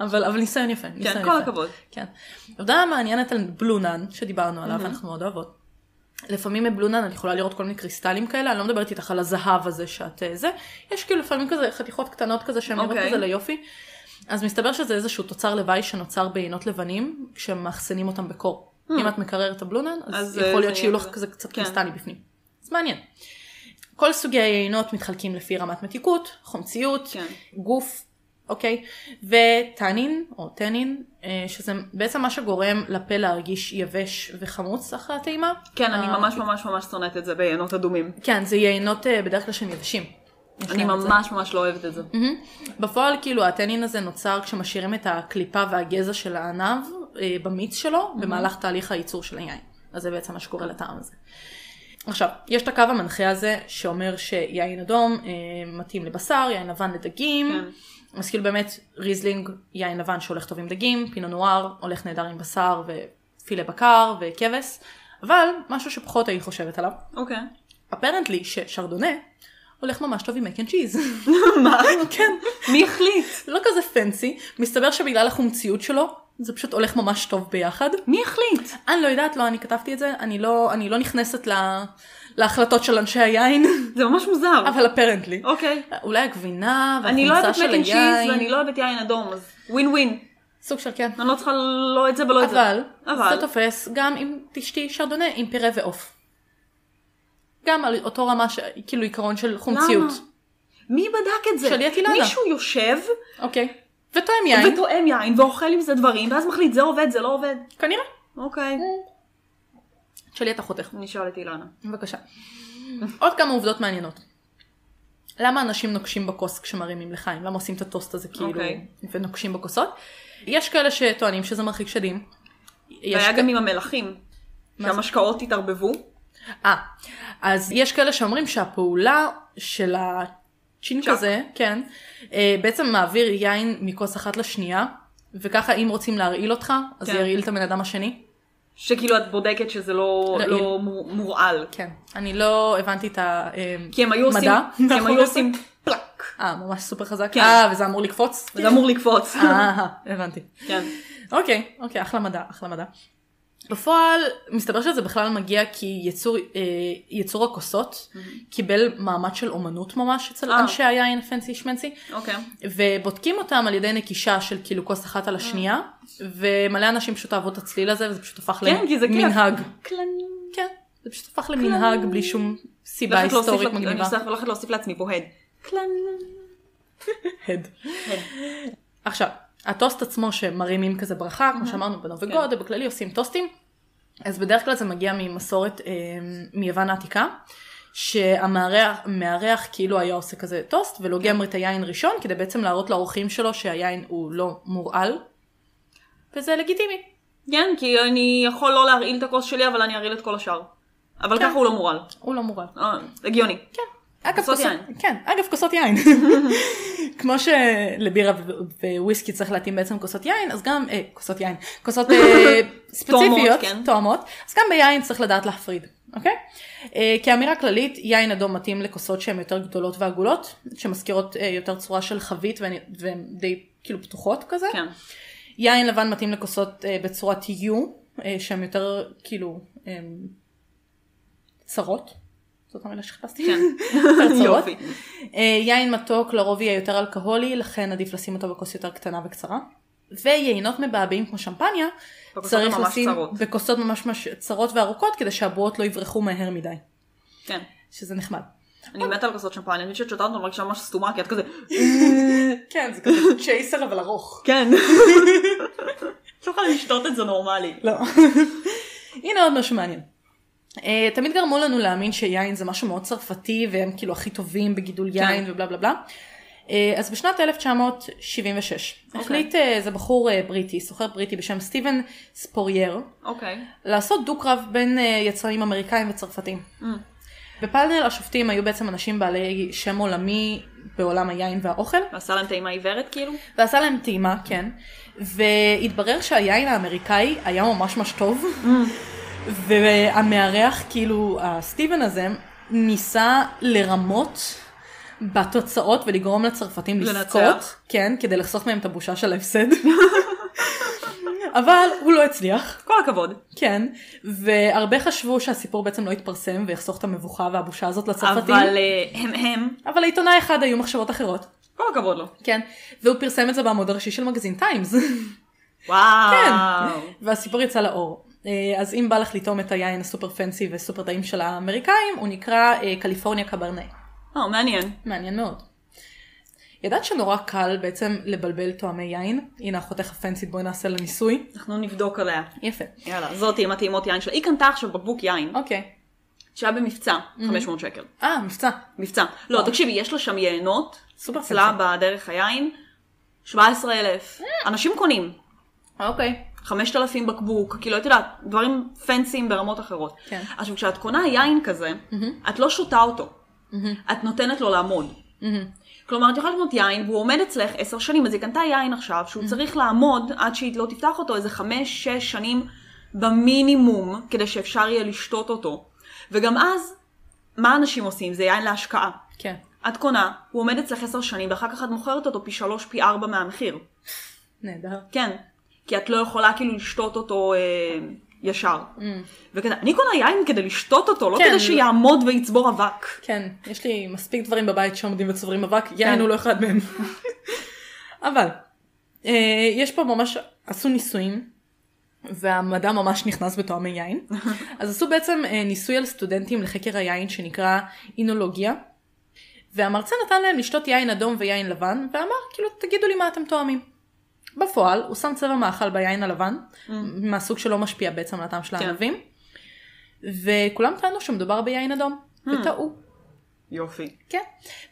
Speaker 2: אבל, אבל ניסיון יפה, ניסיון
Speaker 1: כן,
Speaker 2: יפה.
Speaker 1: כל הכבוד.
Speaker 2: כן. עובדה מעניינת על בלונן, שדיברנו עליו, אנחנו מאוד אוהבות. לפעמים בבלונן את יכולה לראות כל מיני קריסטלים כאלה, אני לא מדברת איתך על הזהב הזה שאת אה, זה, יש כאילו לפעמים כזה חתיכות קטנות כזה שהן נראות
Speaker 1: אוקיי.
Speaker 2: כזה ליופי. אז מסתבר שזה איזשהו תוצר לוואי שנוצר בעינות לבנים, כשמאחסנים אותם בקור. אם את מקררת את הבלונן, אז
Speaker 1: אה. אז,
Speaker 2: יכול
Speaker 1: אה,
Speaker 2: להיות
Speaker 1: זה
Speaker 2: שיהיו
Speaker 1: יהיה
Speaker 2: לך
Speaker 1: כזה.
Speaker 2: כזה קצת
Speaker 1: כן.
Speaker 2: קריסטלי בפנים. אז מעניין. כל סוגי היינות מתחלקים לפי רמת מתיקות, חומציות,
Speaker 1: כן.
Speaker 2: גוף, אוקיי, וטנין או טנין, אה, שזה בעצם מה שגורם לפה להרגיש יבש וחמוץ אחרי הטעימה.
Speaker 1: כן, אני
Speaker 2: אה,
Speaker 1: ממש ממש ממש שונאת את זה בעיינות אדומים.
Speaker 2: כן, זה יינות אה, בדרך כלל שהם יבשים. יש
Speaker 1: אני
Speaker 2: להם את זה.
Speaker 1: ממש ממש לא אוהבת את זה.
Speaker 2: מהמם. בפועל כאילו הטנין הזה נוצר כשמשאירים את הקליפה והגזע של הענב אה, במיץ שלו במהלך תהליך הייצור של היין. אז זה בעצם מה שקורה לטעם הזה. עכשיו, יש את הקו המנחה הזה שאומר שיין אדום אה, מתאים לבשר, יין לבן
Speaker 1: כן.
Speaker 2: לדגים. אז כאילו באמת ריזלינג, יין לבן שהולך טוב עם דגים, פינו נואר הולך נהדר עם בשר ופילה בקר וכבש. אבל משהו שפחות היית חושבת עליו,
Speaker 1: אוקיי.
Speaker 2: אפרנטלי ששרדונה הולך ממש טוב עם מק אנד צ'יז.
Speaker 1: *laughs* מה?
Speaker 2: *laughs* כן.
Speaker 1: מי החליט?
Speaker 2: זה לא כזה פנסי, מסתבר שבגלל החומציות שלו, זה פשוט הולך ממש טוב ביחד.
Speaker 1: מי החליט?
Speaker 2: אני לא יודעת, לא אני כתבתי את זה, אני לא, אני לא נכנסת לה, להחלטות של אנשי היין, *laughs*
Speaker 1: זה ממש מוזר.
Speaker 2: אבל אפרנטלי.
Speaker 1: אוקיי.
Speaker 2: אולי הגבינה
Speaker 1: אני לא
Speaker 2: והחומצה
Speaker 1: אוהבת
Speaker 2: של
Speaker 1: מק אנד צ'יז ואני
Speaker 2: היין.
Speaker 1: לא אוהבת יין אדום, אז ווין ווין.
Speaker 2: סוג של כן.
Speaker 1: אני לא צריכה לא את זה ולא את זה.
Speaker 2: אבל,
Speaker 1: אבל.
Speaker 2: זה תופס גם אם תשתי שרדונה עם פירה ועוף. גם על אותו רמה, ש... כאילו עיקרון של חומציות.
Speaker 1: מי בדק את זה?
Speaker 2: של יתי לאללה.
Speaker 1: מישהו יושב
Speaker 2: אוקיי. וטועם יין,
Speaker 1: וטועם יין ואוכל עם זה דברים, ואז מחליט זה עובד, זה לא עובד.
Speaker 2: כנראה.
Speaker 1: אוקיי.
Speaker 2: אה. שלי אתה חותך.
Speaker 1: אני אשאל את אילנה.
Speaker 2: בבקשה. עוד כמה עובדות מעניינות. למה אנשים נוקשים בכוס כשמרימים לחיים? למה עושים את הטוסט הזה כאילו
Speaker 1: אוקיי.
Speaker 2: okay. ונוקשים בכוסות? יש כאלה שטוענים שזה מרחיק שדים. יש
Speaker 1: והיה
Speaker 2: כ-
Speaker 1: גם עם המלחים.
Speaker 2: מה זה?
Speaker 1: שהמשקאות התערבבו.
Speaker 2: אה, אז יש כאלה שאומרים שהפעולה של הצ'ינק
Speaker 1: צ'אק.
Speaker 2: הזה, כן, אה, בעצם מעביר יין מכוס אחת לשנייה, וככה אם רוצים להרעיל אותך, אז
Speaker 1: כן.
Speaker 2: זה ירעיל את הבן אדם השני.
Speaker 1: שכאילו את בודקת שזה לא
Speaker 2: רעיל.
Speaker 1: לא מור- מורעל.
Speaker 2: כן. אני לא הבנתי את ה... אה,
Speaker 1: כי הם היו עושים,
Speaker 2: מדע?
Speaker 1: כי הם
Speaker 2: מאחורי
Speaker 1: היו
Speaker 2: זה?
Speaker 1: עושים פלאק.
Speaker 2: אה, ממש סופר חזק.
Speaker 1: כן.
Speaker 2: אה, וזה אמור לקפוץ?
Speaker 1: זה אמור לקפוץ.
Speaker 2: אה, הבנתי.
Speaker 1: כן.
Speaker 2: אוקיי, אוקיי, אחלה מדע, אחלה מדע. בפועל, מסתבר שזה בכלל מגיע כי יצור, אה, יצור הכוסות קיבל מעמד של אומנות ממש אצל
Speaker 1: אה.
Speaker 2: אנשי היין הפנסי שמנסי,
Speaker 1: אוקיי.
Speaker 2: ובודקים אותם על ידי נקישה של כאילו כוס אחת על השנייה, ומלא אנשים פשוט אהבו את הצליל הזה, וזה פשוט הפך
Speaker 1: כן, כי זה כיף.
Speaker 2: למנהג.
Speaker 1: קלנים.
Speaker 2: כן, זה פשוט הפך למנהג בלי שום סיבה
Speaker 1: הולכת להוסיף
Speaker 2: היסטורית
Speaker 1: לה- אני
Speaker 2: מגניבה.
Speaker 1: הולכת- הולכת להוסיף לעצמי פה הד. קלנים.
Speaker 2: הד. עכשיו, הטוסט עצמו שמרימים כזה ברכה, כמו שאמרנו בנובגוד, או בכללי עושים טוסטים, אז בדרך כלל זה מגיע ממסורת אה, מיוון העתיקה, שהמארח מארח כאילו היה עושה כזה טוסט, ולוגם את היין ראשון, כדי בעצם להראות לאורחים שלו שהיין הוא לא מורעל, וזה לגיטימי.
Speaker 1: כן, כי אני יכול לא להרעיל את הכוס שלי, אבל אני ארעיל את כל השאר. אבל ככה הוא לא מורעל.
Speaker 2: הוא לא מורעל.
Speaker 1: אה, הגיוני.
Speaker 2: כן. אגב,
Speaker 1: כוסות
Speaker 2: כוסות-
Speaker 1: יין.
Speaker 2: כן, אגב, כוסות
Speaker 1: *laughs*
Speaker 2: יין. כמו שלבירה ו- וויסקי צריך להתאים בעצם כוסות יין, אז גם, אה, כוסות יין, כוסות
Speaker 1: *laughs*
Speaker 2: אה, ספציפיות,
Speaker 1: תואמות, כן.
Speaker 2: תואמות, אז גם ביין צריך לדעת להפריד, אוקיי? אה, כאמירה כללית, יין אדום מתאים לכוסות שהן יותר גדולות ועגולות, שמזכירות אה, יותר צורה של חבית והן- והן די כאילו פתוחות כזה.
Speaker 1: כן.
Speaker 2: יין לבן מתאים לכוסות אה, בצורת U, אה, שהן יותר כאילו אה, צרות. זאת המילה שחיפשתי.
Speaker 1: כן.
Speaker 2: *laughs* יותר צרות.
Speaker 1: יופי.
Speaker 2: אה, יין מתוק לרוב יהיה יותר אלכוהולי, לכן עדיף לשים אותו בכוס יותר קטנה וקצרה. ויינות מבעבעים כמו שמפניה,
Speaker 1: בכוסות
Speaker 2: צריך
Speaker 1: ממש
Speaker 2: לשים
Speaker 1: צרות.
Speaker 2: בכוסות ממש ממש צרות וארוכות, כדי שהבועות לא יברחו מהר מדי,
Speaker 1: כן.
Speaker 2: שזה נחמד.
Speaker 1: אני מתה על כוסות שמפניה, אני חושבת ששותה אותנו מרגישה ממש סתומה, כי את כזה,
Speaker 2: כן, זה כזה *laughs* צ'ייסר אבל ארוך.
Speaker 1: *laughs* כן. את לא יכולה לשתות את זה נורמלי.
Speaker 2: לא. *laughs* הנה עוד משהו מעניין. אה, תמיד גרמו לנו להאמין שיין זה משהו מאוד צרפתי והם כאילו הכי טובים בגידול יין ובלה בלה בלה. אה, אז בשנת 1976
Speaker 1: אוקיי.
Speaker 2: החליט אה, איזה בחור אה, בריטי, סוחר בריטי בשם סטיבן ספורייר,
Speaker 1: אוקיי.
Speaker 2: לעשות דו-קרב בין אה, יצרנים אמריקאים וצרפתים. בפאנל השופטים היו בעצם אנשים בעלי שם עולמי בעולם היין והאוכל,
Speaker 1: עשה להם טעימה עיוורת כאילו?
Speaker 2: ועשה להם טעימה, כן, והתברר שהיין האמריקאי היה ממש ממש טוב, והמארח, כאילו, הסטיבן הזה, ניסה לרמות בתוצאות ולגרום לצרפתים
Speaker 1: לנצח.
Speaker 2: לזכות, כן, כדי לחסוך מהם את הבושה של ההפסד. *laughs* אבל הוא לא הצליח.
Speaker 1: כל הכבוד.
Speaker 2: כן, והרבה חשבו שהסיפור בעצם לא יתפרסם ויחסוך את המבוכה והבושה הזאת לצרפתים.
Speaker 1: אבל אה, הם הם,
Speaker 2: אבל לעיתונאי אחד היו מחשבות אחרות.
Speaker 1: כל הכבוד לו.
Speaker 2: כן, והוא פרסם את זה בעמוד הראשי של מגזין טיימס.
Speaker 1: כן. וואו.
Speaker 2: כן. והסיפור יצא לאור. אה, אז אם בא לך לטעום את היין הסופר פנסי וסופר טעים של האמריקאים, הוא נקרא אה, קליפורניה קברנה.
Speaker 1: או, אה, מעניין.
Speaker 2: מעניין מאוד. ידעת שנורא קל בעצם לבלבל טועמי יין? הנה אחותך הפנסית, בואי נעשה לה ניסוי.
Speaker 1: אנחנו נבדוק עליה.
Speaker 2: יפה.
Speaker 1: יאללה, זאתי עם הטעימות יין שלה. היא קנתה עכשיו בקבוק יין,
Speaker 2: אוקיי.
Speaker 1: שהיה במבצע, 500 שקל.
Speaker 2: אה, מבצע.
Speaker 1: מבצע. לא, תקשיבי, יש לה שם יינות,
Speaker 2: סופר
Speaker 1: אצלה בדרך היין, 17,000.
Speaker 2: אה.
Speaker 1: אנשים קונים.
Speaker 2: אוקיי.
Speaker 1: 5,000 בקבוק, כאילו, את יודעת, דברים פנסיים ברמות אחרות.
Speaker 2: כן.
Speaker 1: עכשיו, כשאת קונה יין כזה, את לא שותה אותו. את נותנת לו לעמוד. כלומר, את יכולה לקנות יין, והוא עומד אצלך עשר שנים, אז היא קנתה יין עכשיו, שהוא צריך לעמוד עד שהיא לא תפתח אותו איזה חמש, שש שנים במינימום, כדי שאפשר יהיה לשתות אותו. וגם אז, מה אנשים עושים? זה יין להשקעה.
Speaker 2: כן.
Speaker 1: את קונה, הוא עומד אצלך עשר שנים, ואחר כך את מוכרת אותו פי שלוש, פי ארבע מהמחיר.
Speaker 2: נהדר.
Speaker 1: כן, כי את לא יכולה כאילו לשתות אותו אה, ישר. וכזה, אני קונה יין כדי לשתות אותו, לא
Speaker 2: כן.
Speaker 1: כדי שיעמוד ויצבור אבק.
Speaker 2: כן, יש לי מספיק דברים בבית שעומדים וצוברים אבק, יין
Speaker 1: כן.
Speaker 2: הוא לא אחד מהם. אבל, אה, יש פה ממש, עשו ניסויים, והמדע ממש נכנס בתואמי יין. אז עשו בעצם אה, ניסוי על סטודנטים לחקר היין שנקרא אינולוגיה, והמרצה נתן להם לשתות יין אדום ויין לבן, ואמר, כאילו, תגידו לי מה אתם תואמים. בפועל, הוא שם צבע מאכל ביין הלבן, מהסוג שלא משפיע בעצם על הטעם של
Speaker 1: Mm. כן.
Speaker 2: הענבים, וכולם טענו שמדובר ביין אדום,
Speaker 1: Hmm.
Speaker 2: וטעו.
Speaker 1: יופי.
Speaker 2: כן.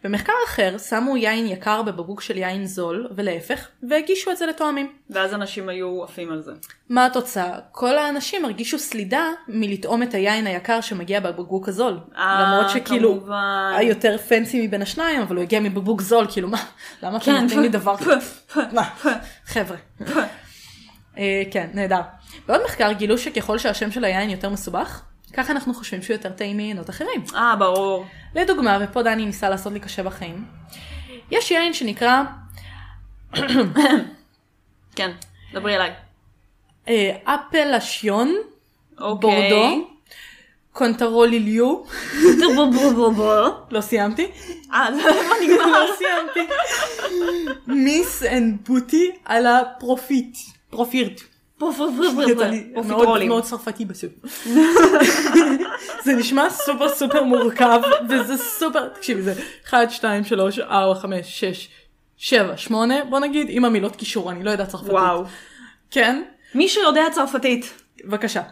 Speaker 2: במחקר אחר שמו יין יקר בבקבוק של יין זול, ולהפך, והגישו את זה לתואמים.
Speaker 1: ואז אנשים היו עפים על זה.
Speaker 2: מה התוצאה? כל האנשים הרגישו סלידה מלטעום את היין היקר שמגיע בבקבוק הזול.
Speaker 1: אה,
Speaker 2: למרות שכאילו,
Speaker 1: כמובן.
Speaker 2: היותר פנסי מבין השניים, אבל הוא הגיע מבקבוק זול, כאילו מה? למה
Speaker 1: כן.
Speaker 2: אתם נותנים לי דבר כזה? מה? חבר'ה. אה, כן, נהדר. בעוד מחקר גילו שככל שהשם של היין יותר מסובך, ככה אנחנו חושבים שהוא יותר טעים מיינות אחרים.
Speaker 1: *laughs* אה, ברור.
Speaker 2: לדוגמה, ופה דני ניסה לעשות לי קשה בחיים, יש יין שנקרא
Speaker 1: כן, דברי אליי.
Speaker 2: אה, אפלשיון
Speaker 1: אוקיי.
Speaker 2: בורדו, קונטרוליליו,
Speaker 1: בו, בו, בו, בו, בו.
Speaker 2: לא סיימתי,
Speaker 1: *laughs* אה, זה כבר נגמר.
Speaker 2: לא סיימתי,
Speaker 1: *laughs*
Speaker 2: מיס אנד בוטי על הפרופיט, פרופירט,
Speaker 1: בו, בו, בו, בו,
Speaker 2: יצא
Speaker 1: בו.
Speaker 2: לי מאוד
Speaker 1: פרופיטרולים.
Speaker 2: מאוד צרפתי
Speaker 1: *laughs*
Speaker 2: בסוף, זה נשמע סופר סופר מורכב, וזה סופר, תקשיבי זה 1, 2, 3, 4, 5, 6, 7, 8, בוא נגיד, עם המילות קישור, אני לא יודעת צרפתית,
Speaker 1: וואו.
Speaker 2: כן,
Speaker 1: מי שיודע צרפתית.
Speaker 2: בבקשה.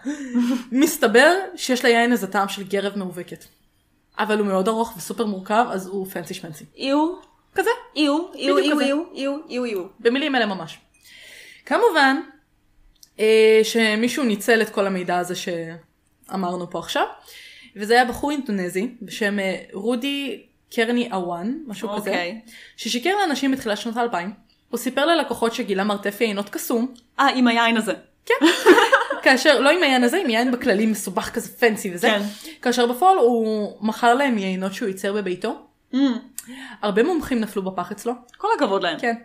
Speaker 2: מסתבר שיש ליין איזה טעם של גרב מאובקת. אבל הוא מאוד ארוך וסופר מורכב, אז הוא פנסי שמנסי.
Speaker 1: איו,
Speaker 2: כזה,
Speaker 1: איו, איו,
Speaker 2: בדיוק
Speaker 1: איו,
Speaker 2: כזה.
Speaker 1: איו, איו, איו, איו.
Speaker 2: במילים אלה ממש. כמובן, אה, שמישהו ניצל את כל המידע הזה שאמרנו פה עכשיו, וזה היה בחור אינטונזי בשם אה, רודי קרני אוואן, משהו כזה,
Speaker 1: אוקיי.
Speaker 2: ששיקר לאנשים בתחילת שנות האלפיים. הוא סיפר ללקוחות שגילה מרתף יעינות קסום,
Speaker 1: אה, עם היין הזה.
Speaker 2: כאשר, לא עם היין הזה, עם יין בכללי מסובך כזה פנסי וזה.
Speaker 1: כן.
Speaker 2: כאשר בפועל הוא מכר להם יינות שהוא ייצר בביתו.
Speaker 1: Mm.
Speaker 2: הרבה מומחים נפלו בפח אצלו.
Speaker 1: כל הכבוד להם.
Speaker 2: כן.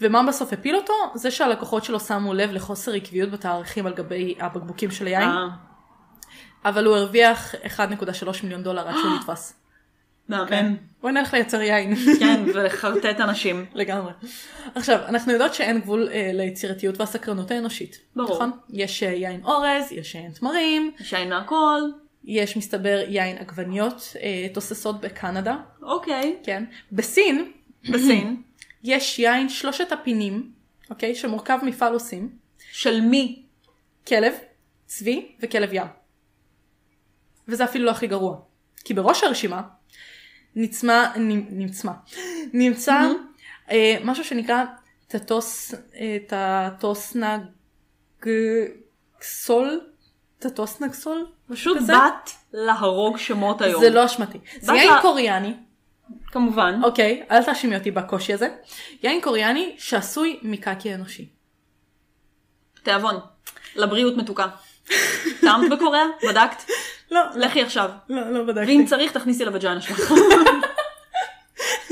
Speaker 2: ומה בסוף הפיל אותו? זה שהלקוחות שלו שמו לב לחוסר עקביות בתאריכים על גבי הבקבוקים של היין,
Speaker 1: אה,
Speaker 2: אבל הוא הרוויח 1.3 מיליון דולר עד
Speaker 1: אה,
Speaker 2: שהוא נתפס. כן.
Speaker 1: מהמם.
Speaker 2: בוא נלך לייצר יין. *laughs*
Speaker 1: כן, ולחרטט אנשים.
Speaker 2: לגמרי. עכשיו, אנחנו יודעות שאין גבול אה, ליצירתיות והסקרנות האנושית.
Speaker 1: ברור.
Speaker 2: נכון? יש אה, יין אורז, יש יין תמרים,
Speaker 1: יש יין מהכל.
Speaker 2: יש מסתבר יין עגבניות אה, תוססות בקנדה,
Speaker 1: אוקיי.
Speaker 2: כן. בסין
Speaker 1: בסין.
Speaker 2: יש יין שלושת הפינים, אוקיי? שמורכב מפלוסים,
Speaker 1: של מי?
Speaker 2: כלב, צבי וכלב ים. וזה אפילו לא הכי גרוע. כי בראש הרשימה נצמא, נ- נמצא, נמצא אה, משהו שנקרא טטוס, אה, טטוסנגסול, טטוסנגסול?
Speaker 1: פשוט
Speaker 2: כזה?
Speaker 1: באת להרוג שמות היום.
Speaker 2: זה לא אשמתי. זה
Speaker 1: באת
Speaker 2: יין
Speaker 1: ל-
Speaker 2: קוריאני,
Speaker 1: כמובן.
Speaker 2: אוקיי, אל תאשימי אותי בקושי הזה. יין קוריאני שעשוי מקקי אנושי.
Speaker 1: תיאבון. לבריאות מתוקה. טעמת בקוריאה? בדקת?
Speaker 2: לא,
Speaker 1: לכי עכשיו.
Speaker 2: לא, לא בדקתי.
Speaker 1: ואם צריך, תכניסי לווג'אנה שלך.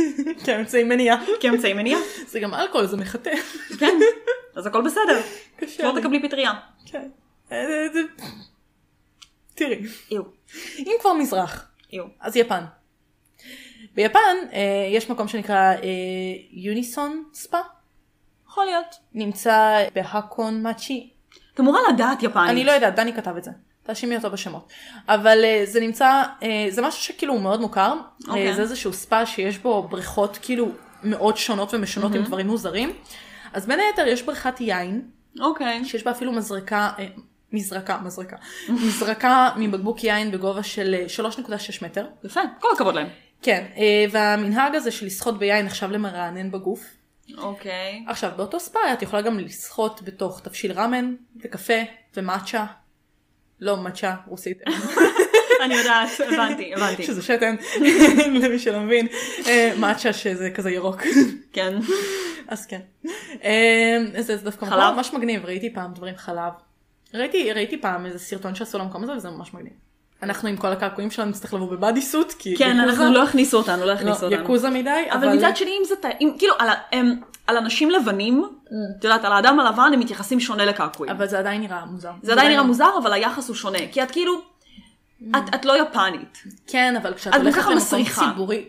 Speaker 1: *laughs*
Speaker 2: כאמצעי מניעה. כן,
Speaker 1: כאמצעי מניעה.
Speaker 2: זה גם אלכוהול, זה מחטא.
Speaker 1: כן. אז הכל בסדר.
Speaker 2: קשה
Speaker 1: לא
Speaker 2: לי.
Speaker 1: תקבלי פטריה.
Speaker 2: כן. אה, אה, אה. תראי,
Speaker 1: איו,
Speaker 2: אם כבר מזרח,
Speaker 1: איו.
Speaker 2: אז יפן. ביפן אה, יש מקום שנקרא אה, יוניסון ספא,
Speaker 1: יכול להיות.
Speaker 2: נמצא בהקון מאצ'י.
Speaker 1: את אמורה לדעת יפנית.
Speaker 2: אני לא יודעת, דני כתב את זה. תאשימי אותו בשמות. אבל אה, זה נמצא, אה, זה משהו שכאילו הוא מאוד מוכר.
Speaker 1: אוקיי.
Speaker 2: אה, זה איזשהו ספא שיש בו בריכות כאילו מאוד שונות ומשונות עם דברים מוזרים. אז בין היתר יש בריכת יין,
Speaker 1: אוקיי.
Speaker 2: שיש בה אפילו מזרקה, אה, מזרקה, מזרקה, מזרקה מבקבוק יין בגובה של אה, 3.6 מטר.
Speaker 1: יפה, כל הכבוד להם.
Speaker 2: כן, אה, והמנהג הזה של לשחות ביין נחשב למרענן בגוף.
Speaker 1: אוקיי.
Speaker 2: עכשיו, באותו ספא את יכולה גם לשחות בתוך תבשיל ראמן, וקפה, ומאצ'ה. לא מאצ'ה רוסית,
Speaker 1: אני יודעת, הבנתי, הבנתי.
Speaker 2: שזה שתן, *laughs* למי שלא מבין. אה, מאצ'ה שזה כזה ירוק. *laughs*
Speaker 1: כן.
Speaker 2: אז כן. אה, זה זה דווקא
Speaker 1: חלב?
Speaker 2: מקום ממש מגניב, ראיתי פעם דברים חלב. ראיתי, ראיתי פעם איזה סרטון שעשו למקום הזה וזה ממש מגניב. אנחנו עם כל הקעקועים שלנו נצטרך לבוא בבאדי סוט, כי...
Speaker 1: כן,
Speaker 2: יקוזה-
Speaker 1: אנחנו לא הכניסו אותנו, לא הכניסו
Speaker 2: לא,
Speaker 1: אותנו.
Speaker 2: יקוזה מדי,
Speaker 1: אבל מצד שני, אם זה טעים, אם- כאילו, על ה- הם- על אנשים לבנים, את יודעת, על האדם הלבן, הם מתייחסים שונה לקעקועים.
Speaker 2: Mm. אבל זה עדיין נראה מוזר.
Speaker 1: זה עדיין נראה מוזר, אבל היחס הוא שונה. כי את כאילו,
Speaker 2: Mm.
Speaker 1: את- את לא יפנית.
Speaker 2: כן, אבל כשאת
Speaker 1: גם
Speaker 2: הולכת
Speaker 1: ככה
Speaker 2: למקום
Speaker 1: מסריחה.
Speaker 2: ציבורי...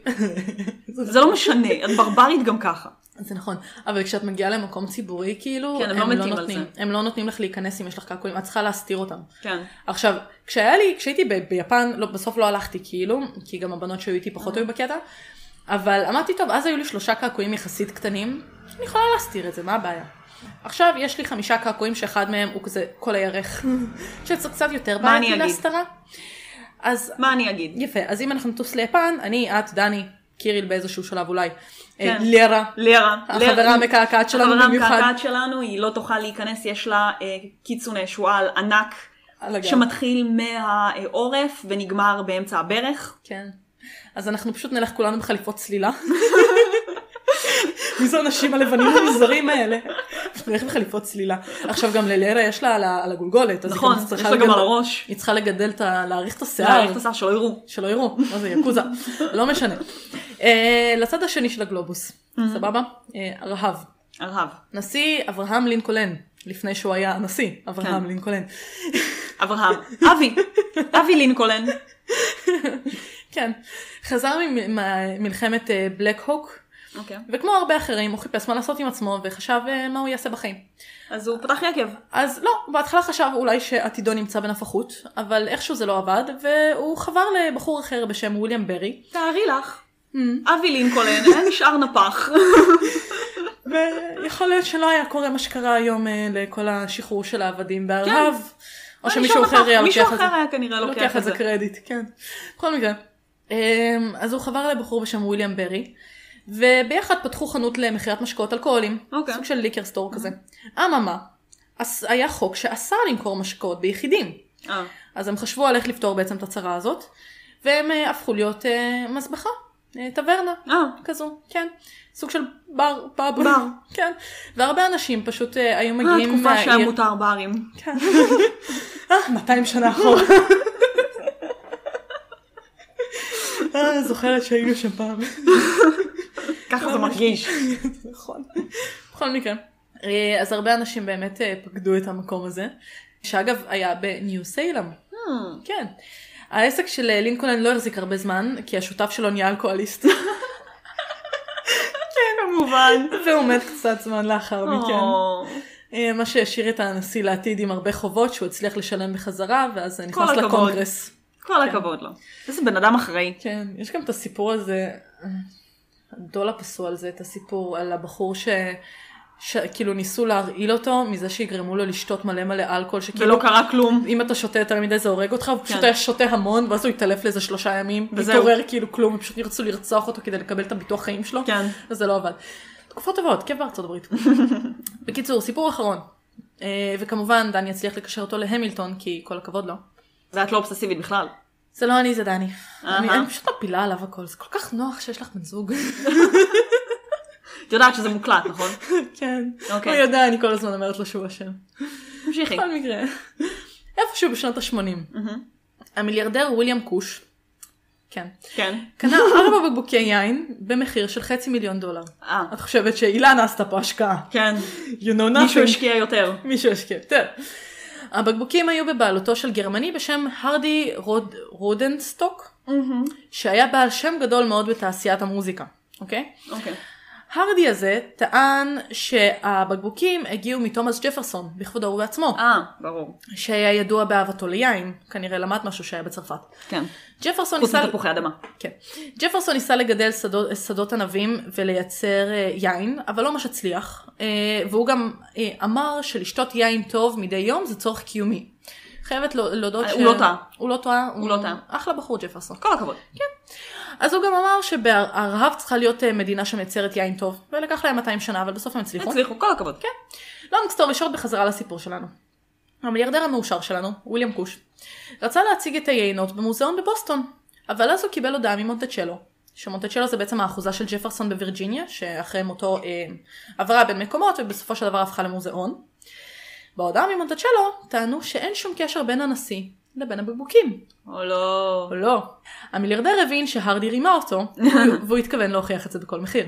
Speaker 2: *laughs*
Speaker 1: זה לא משנה, את ברברית גם ככה.
Speaker 2: זה נכון, אבל כשאת מגיעה למקום ציבורי, כאילו,
Speaker 1: כן, הם לא מתים על
Speaker 2: נותנים, הם לא נותנים לך להיכנס אם יש לך קעקועים, את צריכה להסתיר אותם.
Speaker 1: כן.
Speaker 2: עכשיו, כשהיה לי, כשהייתי ב- ביפן, לא, בסוף לא הלכתי כאילו, כי גם הבנות שהיו איתי
Speaker 1: אה.
Speaker 2: פחות היו בקטע, אבל אמרתי, טוב, אז היו לי שלושה קעקועים יחסית קטנים, אני יכולה להסתיר את זה, מה הבעיה? עכשיו יש לי חמישה קעקועים שאחד מהם הוא כזה כל
Speaker 1: *laughs*
Speaker 2: הירך, שזה קצת יותר
Speaker 1: מה אני
Speaker 2: בעייתי
Speaker 1: אגיד?
Speaker 2: להסתרה. אז
Speaker 1: מה אני אגיד?
Speaker 2: יפה, אז אם אנחנו נטוס ליפן, אני, את, דני, קיריל באיזשהו שלב אולי, כן.
Speaker 1: כן.
Speaker 2: לרה,
Speaker 1: לרה.
Speaker 2: החברה המקעקעת שלנו
Speaker 1: החברה
Speaker 2: במיוחד,
Speaker 1: המקעקעת שלנו, היא לא תוכל להיכנס, יש לה אה, קיצונה שועל ענק,
Speaker 2: על הגב.
Speaker 1: שמתחיל מהעורף ונגמר באמצע הברך.
Speaker 2: כן. אז אנחנו פשוט נלך כולנו בחליפות
Speaker 1: *laughs*
Speaker 2: צלילה. מי זה הנשים הלבנים המוזרים האלה? אנחנו נלך בחליפות צלילה. עכשיו גם ללרה יש לה על ה- על הגולגולת. אז היא
Speaker 1: נכון,
Speaker 2: צריכה
Speaker 1: יש לה גם
Speaker 2: לגדל-
Speaker 1: על הראש.
Speaker 2: היא צריכה לגדל את ה... להעריך את
Speaker 1: להאריך
Speaker 2: השיער.
Speaker 1: את השיער שלא יראו.
Speaker 2: שלא יראו, מה זה יקוזה, לא משנה. אה, לצד השני של הגלובוס,
Speaker 1: Mm-hmm.
Speaker 2: סבבה? אה, רהב.
Speaker 1: ארהב.
Speaker 2: נשיא אברהם לינקולן, לפני שהוא היה הנשיא, אברהם
Speaker 1: כן.
Speaker 2: לינקולן.
Speaker 1: *laughs* אברהם. אבי. אבי לינקולן.
Speaker 2: כן. חזר ממ- ממלחמת אה, בלק הוק,
Speaker 1: אוקיי.
Speaker 2: וכמו הרבה אחרים, הוא חיפש מה לעשות עם עצמו וחשב אה, מה הוא יעשה בחיים.
Speaker 1: אז הוא פתח יקב.
Speaker 2: אז לא, בהתחלה חשב אולי שעתידו נמצא בנפחות, אבל איכשהו זה לא עבד, והוא חבר לבחור אחר בשם וויליאם ברי,
Speaker 1: תארי לך. אבי לינקולן היה נשאר *laughs* נפח.
Speaker 2: ויכול להיות שלא היה קורה מה שקרה היום אה, לכל השחרור של העבדים בארהב,
Speaker 1: כן.
Speaker 2: או
Speaker 1: היה
Speaker 2: שמישהו
Speaker 1: נשאר
Speaker 2: אחר היה
Speaker 1: נפח. מישהו
Speaker 2: לוקח את זה.
Speaker 1: אחר היה כנראה
Speaker 2: לוקח את זה קרדיט, כן. בכל מקרה. אמ, אז הוא חבר לבחור בשם וויליאם ברי, וביחד פתחו חנות למכירת משקאות אלכוהולים.
Speaker 1: אוקיי.
Speaker 2: סוג של ליקר סטור כזה. אממה, אז היה חוק שאסר למכור משקאות ביחידים.
Speaker 1: אה.
Speaker 2: אז הם חשבו על איך לפתור בעצם את הצרה הזאת, והם אה, הפכו להיות אה, מזבחה, אה, טברנה.
Speaker 1: אה.
Speaker 2: כזו, כן. סוג של בר, פאב.
Speaker 1: בר.
Speaker 2: *laughs* כן. והרבה אנשים פשוט אה, היו
Speaker 1: אה,
Speaker 2: מגיעים
Speaker 1: התקופה שהיה מותר ברים.
Speaker 2: כן. אה, 200 שנה אחורה. אה, זוכרת שהיינו שם פעם.
Speaker 1: ככה זה *laughs* מרגיש.
Speaker 2: נכון. בכל מקרה. אה, אז הרבה אנשים באמת אה, פקדו את המקום הזה, שאגב היה בניו סיילם, כן. העסק של אה, לינקולן לא החזיק הרבה זמן, כי השותף שלו נהיה אלכוהוליסט, *laughs*
Speaker 1: כן, *laughs* כמובן. לא,
Speaker 2: והוא מת קצת זמן לאחר מכן.
Speaker 1: או,
Speaker 2: אה, מה שהשאיר את הנשיא לעתיד עם הרבה חובות שהוא הצליח לשלם בחזרה, ואז זה נכנס
Speaker 1: הכבוד.
Speaker 2: לקונגרס.
Speaker 1: כל הכבוד לו. איזה בן אדם אחראי.
Speaker 2: כן, יש גם את הסיפור הזה, דולה פסו על זה, את הסיפור על הבחור ש... שכאילו ניסו להרעיל אותו מזה שיגרמו לו לשתות מלא מלא אלכוהול,
Speaker 1: ולא
Speaker 2: שכאילו
Speaker 1: קרה כלום.
Speaker 2: אם אתה שותה יותר מדי זה הורג אותך, הוא פשוט
Speaker 1: כן.
Speaker 2: היה שותה המון ואז הוא התעלף לאיזה שלושה ימים,
Speaker 1: וזהו.
Speaker 2: התעורר כאילו כלום, הם פשוט ירצו לרצוח אותו כדי לקבל את הביטוח חיים שלו,
Speaker 1: כן.
Speaker 2: אז זה לא עבד. תקופות טובות, כיף בארצות
Speaker 1: *laughs*
Speaker 2: הברית. בקיצור, סיפור אחרון, אה, וכמובן דני יצליח לקשר אותו להמילטון כי כל הכבוד לו.
Speaker 1: ואת לא אובססיבית בכלל.
Speaker 2: זה לא אני, זה דני. אני,
Speaker 1: אהה.
Speaker 2: אני פשוט מפילה עליו הכל, זה כל כך נוח שיש לך בן זוג. *laughs*
Speaker 1: את יודעת שזה מוקלט, נכון?
Speaker 2: כן.
Speaker 1: אוקיי. כן.
Speaker 2: הוא יודע, אני כל הזמן אומרת לו שהוא אשם.
Speaker 1: *laughs* תמשיכי.
Speaker 2: בכל *laughs* מקרה. איפשהו בשנות ה-80. המיליארדר וויליאם קוש, כן.
Speaker 1: כן.
Speaker 2: קנה *laughs* ארבע בקבוקי יין במחיר של חצי מיליון דולר.
Speaker 1: אה,
Speaker 2: את חושבת שאילנה עשתה פה השקעה.
Speaker 1: כן.
Speaker 2: You know nothing.
Speaker 1: מישהו השקיע יותר.
Speaker 2: *laughs* מישהו השקיע יותר. הבקבוקים היו בבעלותו של גרמני בשם הרדי רוד... רודנסטוק, שהיה בעל שם גדול מאוד בתעשיית המוזיקה, אוקיי?
Speaker 1: אוקיי.
Speaker 2: הרדי הזה טען שהבקבוקים הגיעו מתומאס ג'פרסון, בכבודו ובעצמו,
Speaker 1: אה, ברור.
Speaker 2: שהיה ידוע באהבתו ליין, כנראה למד משהו שהיה בצרפת.
Speaker 1: כן.
Speaker 2: ג'פרסון
Speaker 1: חוץ
Speaker 2: ניסה...
Speaker 1: מתפוחי אדמה.
Speaker 2: כן. ג'פרסון ניסה לגדל שדות, שדות ענבים ולייצר אה, יין, אבל לא ממש הצליח, אה, והוא גם אה, אמר שלשתות יין טוב מדי יום זה צורך קיומי. חייבת לה- להודות
Speaker 1: אה, הוא לא טעה.
Speaker 2: הוא לא טועה.
Speaker 1: הוא לא טעה.
Speaker 2: אחלה בחור ג'פרסון.
Speaker 1: כל הכבוד.
Speaker 2: אז הוא גם אמר שהרהב צריכה להיות אה, מדינה שמייצרת יין טוב, ולקח להם 200 שנה, אבל בסוף הם הצליחו.
Speaker 1: הצליחו, כל הכבוד. כן.
Speaker 2: לונג סטורי שורט בחזרה לסיפור שלנו. המיליארדר המאושר שלנו, וויליאם קוש, רצה להציג את היינות במוזיאון בבוסטון, אבל אז הוא קיבל הודעה ממונטצ'לו, שמונטצ'לו זה בעצם האחוזה של ג'פרסון בווירג'יניה, שאחרי מותו אה, עברה בין מקומות ובסופו של דבר הפכה למוזיאון. בהודעה ממונטצ'לו טענו שאין שום קשר בין הנשיא לבין הבקבוקים.
Speaker 1: או לא.
Speaker 2: או לא. המיליארדר הבין שהרדי רימה אותו, והוא התכוון להוכיח את זה בכל מחיר.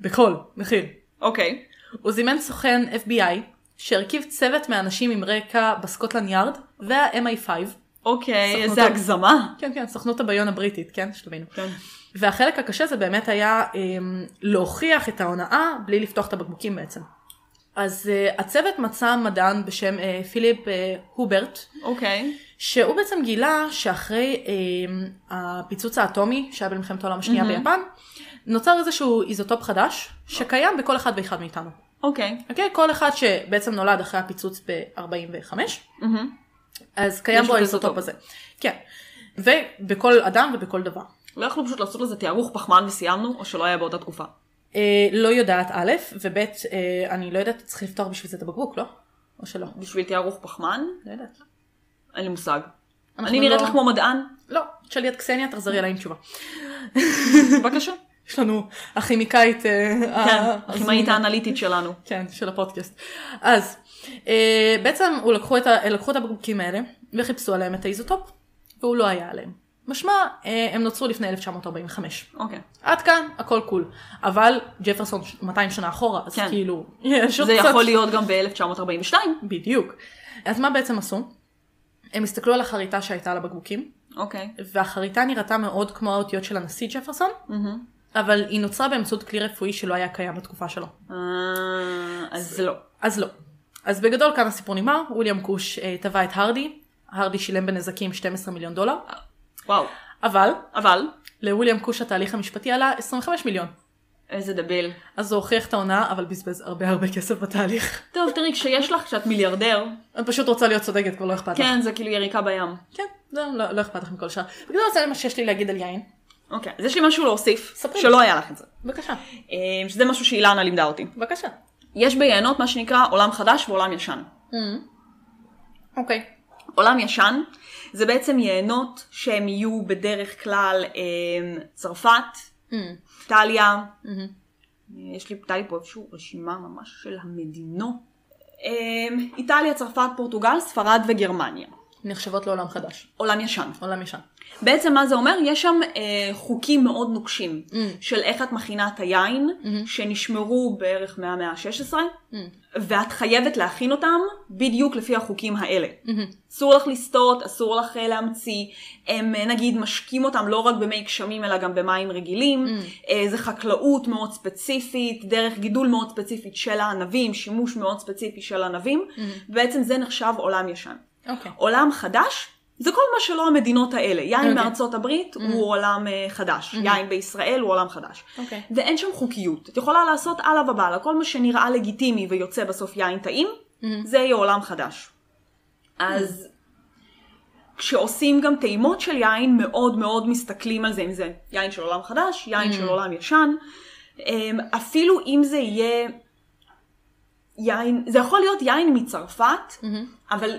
Speaker 2: בכל מחיר.
Speaker 1: אוקיי.
Speaker 2: הוא זימן סוכן FBI שהרכיב צוות מאנשים עם רקע בסקוטלנד יארד וה-MI5.
Speaker 1: אוקיי,
Speaker 2: סוכנות
Speaker 1: איזה
Speaker 2: ה-
Speaker 1: הגזמה.
Speaker 2: כן, כן, סוכנות הביון הבריטית, כן, שתבינו.
Speaker 1: כן.
Speaker 2: והחלק הקשה זה באמת היה אמ, להוכיח את ההונאה בלי לפתוח את הבקבוקים בעצם. אז uh, הצוות מצא מדען בשם אה, פיליפ אה, הוברט,
Speaker 1: אוקיי.
Speaker 2: שהוא בעצם גילה שאחרי אמ, הפיצוץ האטומי שהיה במלחמת העולם השנייה
Speaker 1: מהמם.
Speaker 2: ביפן, נוצר איזשהו איזוטופ חדש שקיים בכל אחד ואחד מאיתנו.
Speaker 1: אוקיי.
Speaker 2: אוקיי? כל אחד שבעצם נולד אחרי הפיצוץ ב-45,
Speaker 1: מהמם.
Speaker 2: אז קיים
Speaker 1: יש
Speaker 2: בו
Speaker 1: לו
Speaker 2: האיזוטופ
Speaker 1: איזוטופ.
Speaker 2: הזה. כן. ובכל אדם ובכל דבר.
Speaker 1: לא יכלו פשוט לעשות לזה תיארוך פחמן וסיימנו, או שלא היה באותה תקופה.
Speaker 2: אה, לא יודעת א', וב', אה, אני לא יודעת, צריך לפתוח בשביל זה את הבקבוק, לא? או שלא?
Speaker 1: בשביל תיארוך פחמן?
Speaker 2: לא יודעת.
Speaker 1: אין לי מושג.
Speaker 2: אנחנו
Speaker 1: אני נראית
Speaker 2: לא-
Speaker 1: לך כמו *laughs* מדען?
Speaker 2: לא, תשאלי את קסניה, תחזרי אליי עם תשובה.
Speaker 1: בבקשה.
Speaker 2: יש לנו הכימיקאית... אה, ה-
Speaker 1: כן, הכימאית האנליטית שלנו.
Speaker 2: כן, של הפודקאסט. אז, אה, בעצם הוא לקחו את, ה, לקחו את הבקבוקים האלה וחיפשו עליהם את האיזוטופ, והוא לא היה עליהם. משמע, אה, הם נוצרו לפני 1945.
Speaker 1: אוקיי.
Speaker 2: עד כאן, הכל קול. אבל ג'פרסון ש- 200 שנה אחורה, אז
Speaker 1: כן.
Speaker 2: כאילו, יש עוד
Speaker 1: זה
Speaker 2: קצת...
Speaker 1: יכול להיות גם ב-1942.
Speaker 2: בדיוק. אז מה בעצם עשו? הם הסתכלו על החריטה שהייתה על הבקבוקים,
Speaker 1: אוקיי.
Speaker 2: והחריטה נראתה מאוד כמו האותיות של הנשיא ג'פרסון,
Speaker 1: מהמם.
Speaker 2: אבל היא נוצרה באמצעות כלי רפואי שלא היה קיים בתקופה שלו.
Speaker 1: אה, אז לא.
Speaker 2: אז לא. אז בגדול כאן הסיפור נגמר, וויליאם קוש אה, תבע את הרדי, הרדי שילם בנזקים 12 מיליון דולר,
Speaker 1: וואו.
Speaker 2: אבל
Speaker 1: אבל,
Speaker 2: לוויליאם קוש התהליך המשפטי עלה 25 מיליון.
Speaker 1: איזה דביל.
Speaker 2: אז הוא הוכיח את ההונאה, אבל בזבז הרבה הרבה כסף בתהליך.
Speaker 1: טוב, תראי, כשיש לך, כשאת מיליארדר,
Speaker 2: את פשוט רוצה להיות צודקת, כבר לא אכפת לך.
Speaker 1: כן, זה כאילו יריקה בים.
Speaker 2: כן, לא, לא, לא אכפת לך מכל השאר. בגדול זה מה שיש לי להגיד על יין.
Speaker 1: אוקיי, אז יש לי משהו להוסיף,
Speaker 2: ספרי.
Speaker 1: שלא היה לך את זה.
Speaker 2: בבקשה,
Speaker 1: אה, שזה משהו שאילנה לימדה אותי.
Speaker 2: בבקשה.
Speaker 1: יש ביינות מה שנקרא עולם חדש ועולם ישן.
Speaker 2: אוקיי.
Speaker 1: עולם ישן זה בעצם יינות שהם יהיו בדרך כלל אה, צרפת, איטליה, אמ, יש לי טלי פה איזושהי רשימה ממש של המדינות. אה, איטליה, צרפת, פורטוגל, ספרד וגרמניה.
Speaker 2: נחשבות לעולם חדש.
Speaker 1: עולם ישן.
Speaker 2: עולם ישן.
Speaker 1: בעצם מה זה אומר? יש שם אה, חוקים מאוד נוקשים mm. של איך את מכינה את היין, mm-hmm. שנשמרו בערך מהמאה ה-16, mm. ואת חייבת להכין אותם בדיוק לפי החוקים האלה. Mm-hmm. אסור לך לסטות, אסור לך אה, להמציא, הם אה, נגיד משקים אותם לא רק במי גשמים אלא גם במים רגילים, mm. אה, זה חקלאות מאוד ספציפית, דרך גידול מאוד ספציפית של הענבים, שימוש מאוד ספציפי של ענבים, mm-hmm. ובעצם זה נחשב עולם ישן.
Speaker 2: אוקיי.
Speaker 1: עולם חדש זה כל מה שלא המדינות האלה. יין
Speaker 2: אוקיי. Mm-hmm.
Speaker 1: okay. מארצות הברית mm. הוא עולם אה, חדש, mm-hmm. יין בישראל הוא עולם חדש.
Speaker 2: אוקיי.
Speaker 1: ואין שם חוקיות. את יכולה לעשות עלה ובעלה, כל מה שנראה לגיטימי ויוצא בסוף יין טעים, mm-hmm. זה יהיה עולם חדש. אז
Speaker 2: Mm-hmm.
Speaker 1: כשעושים גם טעימות של יין, מאוד מאוד מסתכלים על זה, אם זה יין של עולם חדש, יין
Speaker 2: Mm-hmm.
Speaker 1: של עולם ישן. אמ, אפילו אם זה יהיה יין, זה יכול להיות יין מצרפת, אבל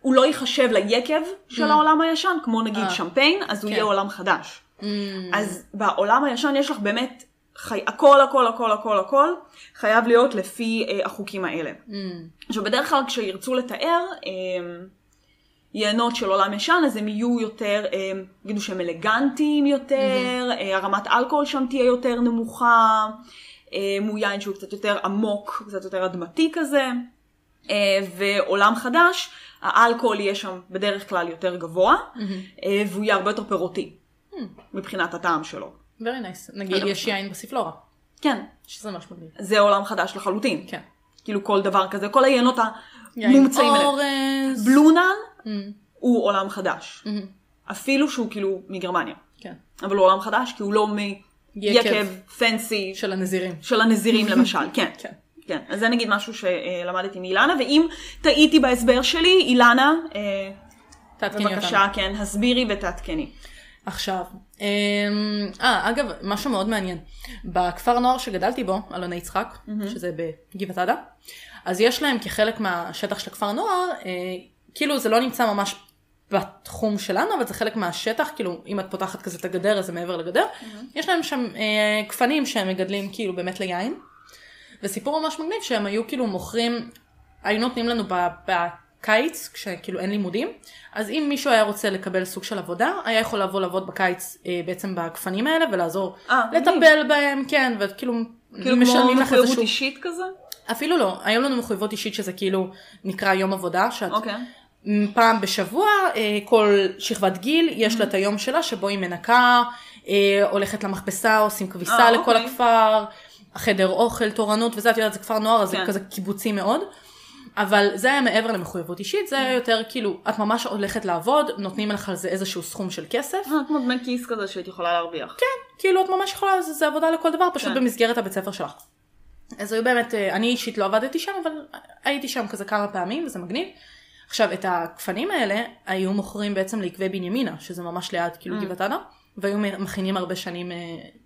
Speaker 1: הוא לא ייחשב ליקב של העולם הישן, כמו נגיד
Speaker 2: Mm. אה.
Speaker 1: שמפיין, אז הוא
Speaker 2: כן.
Speaker 1: יהיה עולם חדש.
Speaker 2: Mm-hmm.
Speaker 1: אז בעולם הישן יש לך באמת, חי... הכל הכל הכל הכל הכל חייב להיות
Speaker 2: Mm-hmm.
Speaker 1: לפי אה, החוקים האלה. עכשיו בדרך כלל כשירצו לתאר, אה, יינות של עולם ישן, אז הם יהיו יותר, הם יגידו שהם אלגנטיים יותר, אה, הרמת אלכוהול שם תהיה יותר נמוכה, אה, הוא יין שהוא קצת יותר עמוק, קצת יותר אדמתי כזה, אה, ועולם חדש, האלכוהול יהיה שם בדרך כלל יותר גבוה, אה, והוא יהיה הרבה יותר פירותי,
Speaker 2: Hmm.
Speaker 1: מבחינת הטעם שלו.
Speaker 2: Very nice.
Speaker 1: לא.
Speaker 2: נגיד יש יין בספלורה,
Speaker 1: כן,
Speaker 2: שזה ממש מגניב.
Speaker 1: זה עולם חדש לחלוטין.
Speaker 2: כן.
Speaker 1: כאילו כל דבר כזה, כל היינות
Speaker 2: יין
Speaker 1: המומצאים האלה.
Speaker 2: אורז.
Speaker 1: בלונן
Speaker 2: Mm,
Speaker 1: הוא עולם חדש.
Speaker 2: Mhm.
Speaker 1: אפילו שהוא כאילו מגרמניה.
Speaker 2: כן.
Speaker 1: אבל הוא עולם חדש כי הוא לא מיקב פנסי
Speaker 2: של הנזירים.
Speaker 1: של
Speaker 2: *laughs*
Speaker 1: הנזירים למשל. כן.
Speaker 2: כן.
Speaker 1: כן. אז זה נגיד משהו שלמדתי מאילנה, ואם טעיתי בהסבר שלי, אילנה, אה,
Speaker 2: תעדכני אותנו.
Speaker 1: בבקשה, כן, הסבירי ותעדכני. עכשיו.
Speaker 2: אמ, אה, אגב, משהו מאוד מעניין. בכפר נוער שגדלתי בו, אלוני יצחק, שזה בגבעת עדה, אז יש להם כחלק מהשטח של הכפר נוער, אה, כאילו זה לא נמצא ממש בתחום שלנו, אבל זה חלק מהשטח, כאילו אם את פותחת כזה את הגדר, אז זה מעבר לגדר. יש להם שם אה, גפנים שהם מגדלים כאילו באמת ליין. וסיפור ממש מגניב שהם היו כאילו מוכרים, היו נותנים לנו ב- בקיץ, כשכאילו אין לימודים, אז אם מישהו היה רוצה לקבל סוג של עבודה, היה יכול לבוא לעבוד בקיץ אה, בעצם בגפנים האלה ולעזור
Speaker 1: אה,
Speaker 2: לטפל בהם, כן, וכאילו
Speaker 1: כאילו כמו מחויבות אישית כזה?
Speaker 2: אפילו לא, היו לנו מחויבות אישית שזה כאילו נקרא יום עבודה, שאת
Speaker 1: אוקיי.
Speaker 2: פעם בשבוע, אה, כל שכבת גיל, יש לה את היום שלה שבו היא מנקה, אה, הולכת למכבסה, עושים כביסה
Speaker 1: אה,
Speaker 2: לכל
Speaker 1: אוקיי.
Speaker 2: הכפר, החדר אוכל, תורנות וזה, את יודעת, זה כפר נוער, אז זה
Speaker 1: כן.
Speaker 2: כזה קיבוצי מאוד. אבל זה היה מעבר למחויבות אישית,
Speaker 1: כן.
Speaker 2: זה היה יותר כאילו, את ממש הולכת לעבוד, נותנים לך על זה איזשהו סכום של כסף,
Speaker 1: אה, כמו דמי כיס כזה שהיית יכולה להרוויח. כן.
Speaker 2: כאילו את ממש יכולה, זה, זה עבודה לכל דבר, פשוט
Speaker 1: כן.
Speaker 2: במסגרת הבית ספר שלך. אז היו באמת, אה, אני אישית לא עבדתי שם, אבל הייתי שם כזה כמה פעמים, וזה מגניב. עכשיו, את הגפנים האלה היו מוכרים בעצם לעקבי בנימינה, שזה ממש ליד כאילו גבעת עדה, והיו מכינים הרבה שנים אה,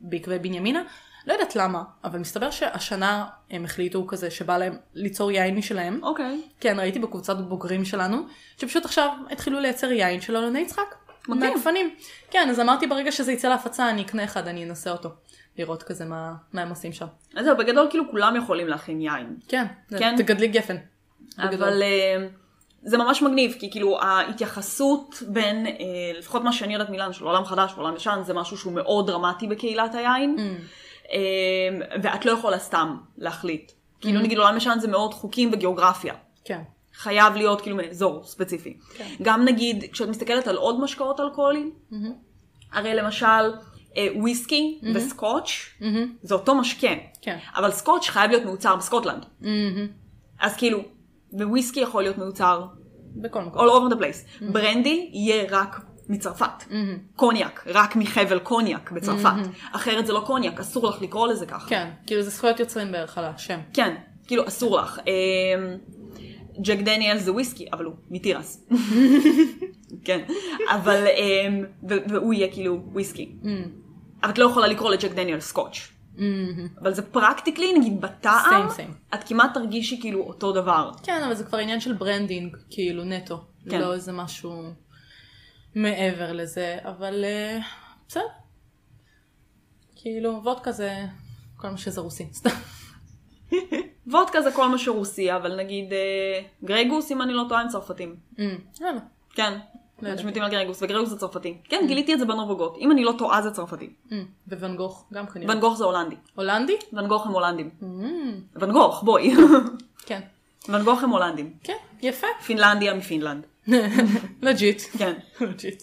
Speaker 2: בעקבי בנימינה. לא יודעת למה, אבל מסתבר שהשנה הם החליטו כזה שבא להם ליצור יין משלהם.
Speaker 1: אוקיי.
Speaker 2: כן, ראיתי בקבוצת בוגרים שלנו, שפשוט עכשיו התחילו לייצר יין של אלוני יצחק.
Speaker 1: מגניב.
Speaker 2: מהגפנים. כן, אז אמרתי ברגע שזה יצא להפצה, אני אקנה אחד, אני אנסה אותו. לראות כזה מה, מה הם עושים שם.
Speaker 1: אז זהו, בגדול כאילו כולם יכולים להכין יין.
Speaker 2: כן, זה-
Speaker 1: כן.
Speaker 2: תגדלי גפן. בגדול.
Speaker 1: אבל אה, זה ממש מגניב, כי כאילו ההתייחסות בין, אה, לפחות מה שאני יודעת מילן, של עולם חדש ועולם ישן, זה משהו שהוא מאוד דרמטי בקהילת היין, אה, ואת לא יכולה סתם להחליט. כאילו נגיד עולם ישן זה מאוד חוקים וגיאוגרפיה.
Speaker 2: כן.
Speaker 1: חייב להיות כאילו מאזור ספציפי.
Speaker 2: כן.
Speaker 1: גם נגיד, כשאת מסתכלת על עוד משקאות אלכוהוליים, הרי למשל אה, וויסקי וסקוץ', זה אותו משקה.
Speaker 2: כן.
Speaker 1: אבל סקוץ' חייב להיות מיוצר בסקוטלנד. אז כאילו, וויסקי יכול להיות מיוצר
Speaker 2: בכל מקום.
Speaker 1: all over the place. ברנדי יהיה רק מצרפת. קוניאק, רק מחבל קוניאק בצרפת. אחרת זה לא קוניאק, אסור לך לקרוא לזה ככה.
Speaker 2: כן, כאילו זה זכויות יוצרים בערך על השם.
Speaker 1: כן, כאילו אסור לך. אמ, ג'ק דניאל זה וויסקי, אבל הוא מתירס. כן, אבל, אמ, ו- והוא יהיה כאילו וויסקי.
Speaker 2: Mm,
Speaker 1: אבל את לא יכולה לקרוא לג'ק דניאל סקוץ'. אבל זה פרקטיקלי, נגיד בטעם,
Speaker 2: Same, same.
Speaker 1: את כמעט תרגישי כאילו אותו דבר.
Speaker 2: כן, אבל זה כבר עניין של ברנדינג, כאילו נטו.
Speaker 1: כן.
Speaker 2: לא איזה משהו מעבר לזה, אבל אה, בסדר. כאילו, וודקה זה כל מה שזה רוסי, *laughs* סתם.
Speaker 1: וודקה זה כל מה שרוסי, אבל נגיד אה, גרייגוס, אם אני לא טועה, הם צרפתים.
Speaker 2: אמ, יאללה.
Speaker 1: כן,
Speaker 2: לא יודעת.
Speaker 1: משמיטים על גרייגוס, וגרייגוס זה צרפתי. כן, גיליתי את זה בנובוגות. אם אני לא טועה, זה צרפתי.
Speaker 2: אמ, וואן גוך גם כנראה.
Speaker 1: ואן גוך זה הולנדי.
Speaker 2: הולנדי?
Speaker 1: ואן גוך הם הולנדים.
Speaker 2: אמ,
Speaker 1: ואן גוך, בואי. *laughs*
Speaker 2: כן.
Speaker 1: ואן גוך הם הולנדים.
Speaker 2: כן, יפה.
Speaker 1: פינלנדיה מפינלנד.
Speaker 2: לג'יט. *laughs*
Speaker 1: כן.
Speaker 2: לג'יט.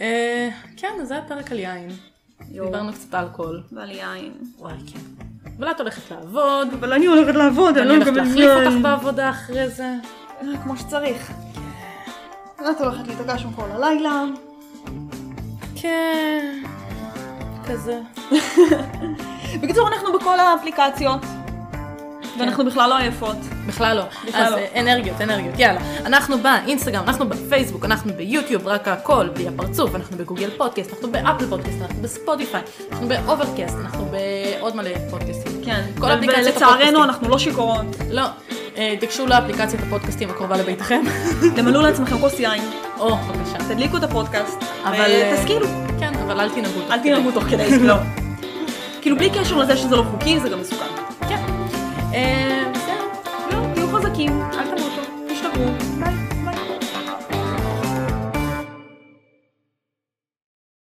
Speaker 2: אה, כן, אז זה הפרק על יין. דיברנו קצת על אלכוהול.
Speaker 1: ועל יין.
Speaker 2: וואי, כן. אבל את הולכת לעבוד,
Speaker 1: אבל אני לא הולכת לעבוד,
Speaker 2: אני הולכת להחליף אותך בעבודה אחרי זה.
Speaker 1: אה, כמו שצריך. את הולכת להיתקע שם כל הלילה.
Speaker 2: כן, כזה.
Speaker 1: בקיצור, אנחנו בכל האפליקציות. ואנחנו בכלל לא עייפות.
Speaker 2: בכלל לא.
Speaker 1: בכלל
Speaker 2: אז
Speaker 1: לא.
Speaker 2: אה, אנרגיות, אנרגיות, יאללה. אנחנו באינסטגרם, אנחנו בפייסבוק, אנחנו ביוטיוב, רק הכל, בלי הפרצוף, אנחנו בגוגל פודקאסט, אנחנו באפל פודקאסט, אנחנו בספוטיפיי, אנחנו באוברקאסט, אנחנו בעוד מלא פודקאסטים.
Speaker 1: כן.
Speaker 2: כל אפליקציות
Speaker 1: ולצערנו,
Speaker 2: הפודקאסטים.
Speaker 1: אנחנו לא שיכורות.
Speaker 2: לא, אה, תיגשו לאפליקציית הפודקאסטים הקרובה
Speaker 1: *laughs*
Speaker 2: לביתכם.
Speaker 1: תמלאו לעצמכם כוס יין,
Speaker 2: או, בבקשה.
Speaker 1: תדליקו את הפודקאסט.
Speaker 2: אבל... אה,
Speaker 1: ותשכילו.
Speaker 2: כן, אבל אל תנהגו. תוך
Speaker 1: אל
Speaker 2: כדי.
Speaker 1: תנהגו תוך כדי. לא. כאילו, בלי קשר לזה שזה לא חוקי, זה גם מסוכן.
Speaker 2: כן. אה, בסדר.
Speaker 1: לא, זהו, תהיו חזקים, אל תמותו, תשתפרו.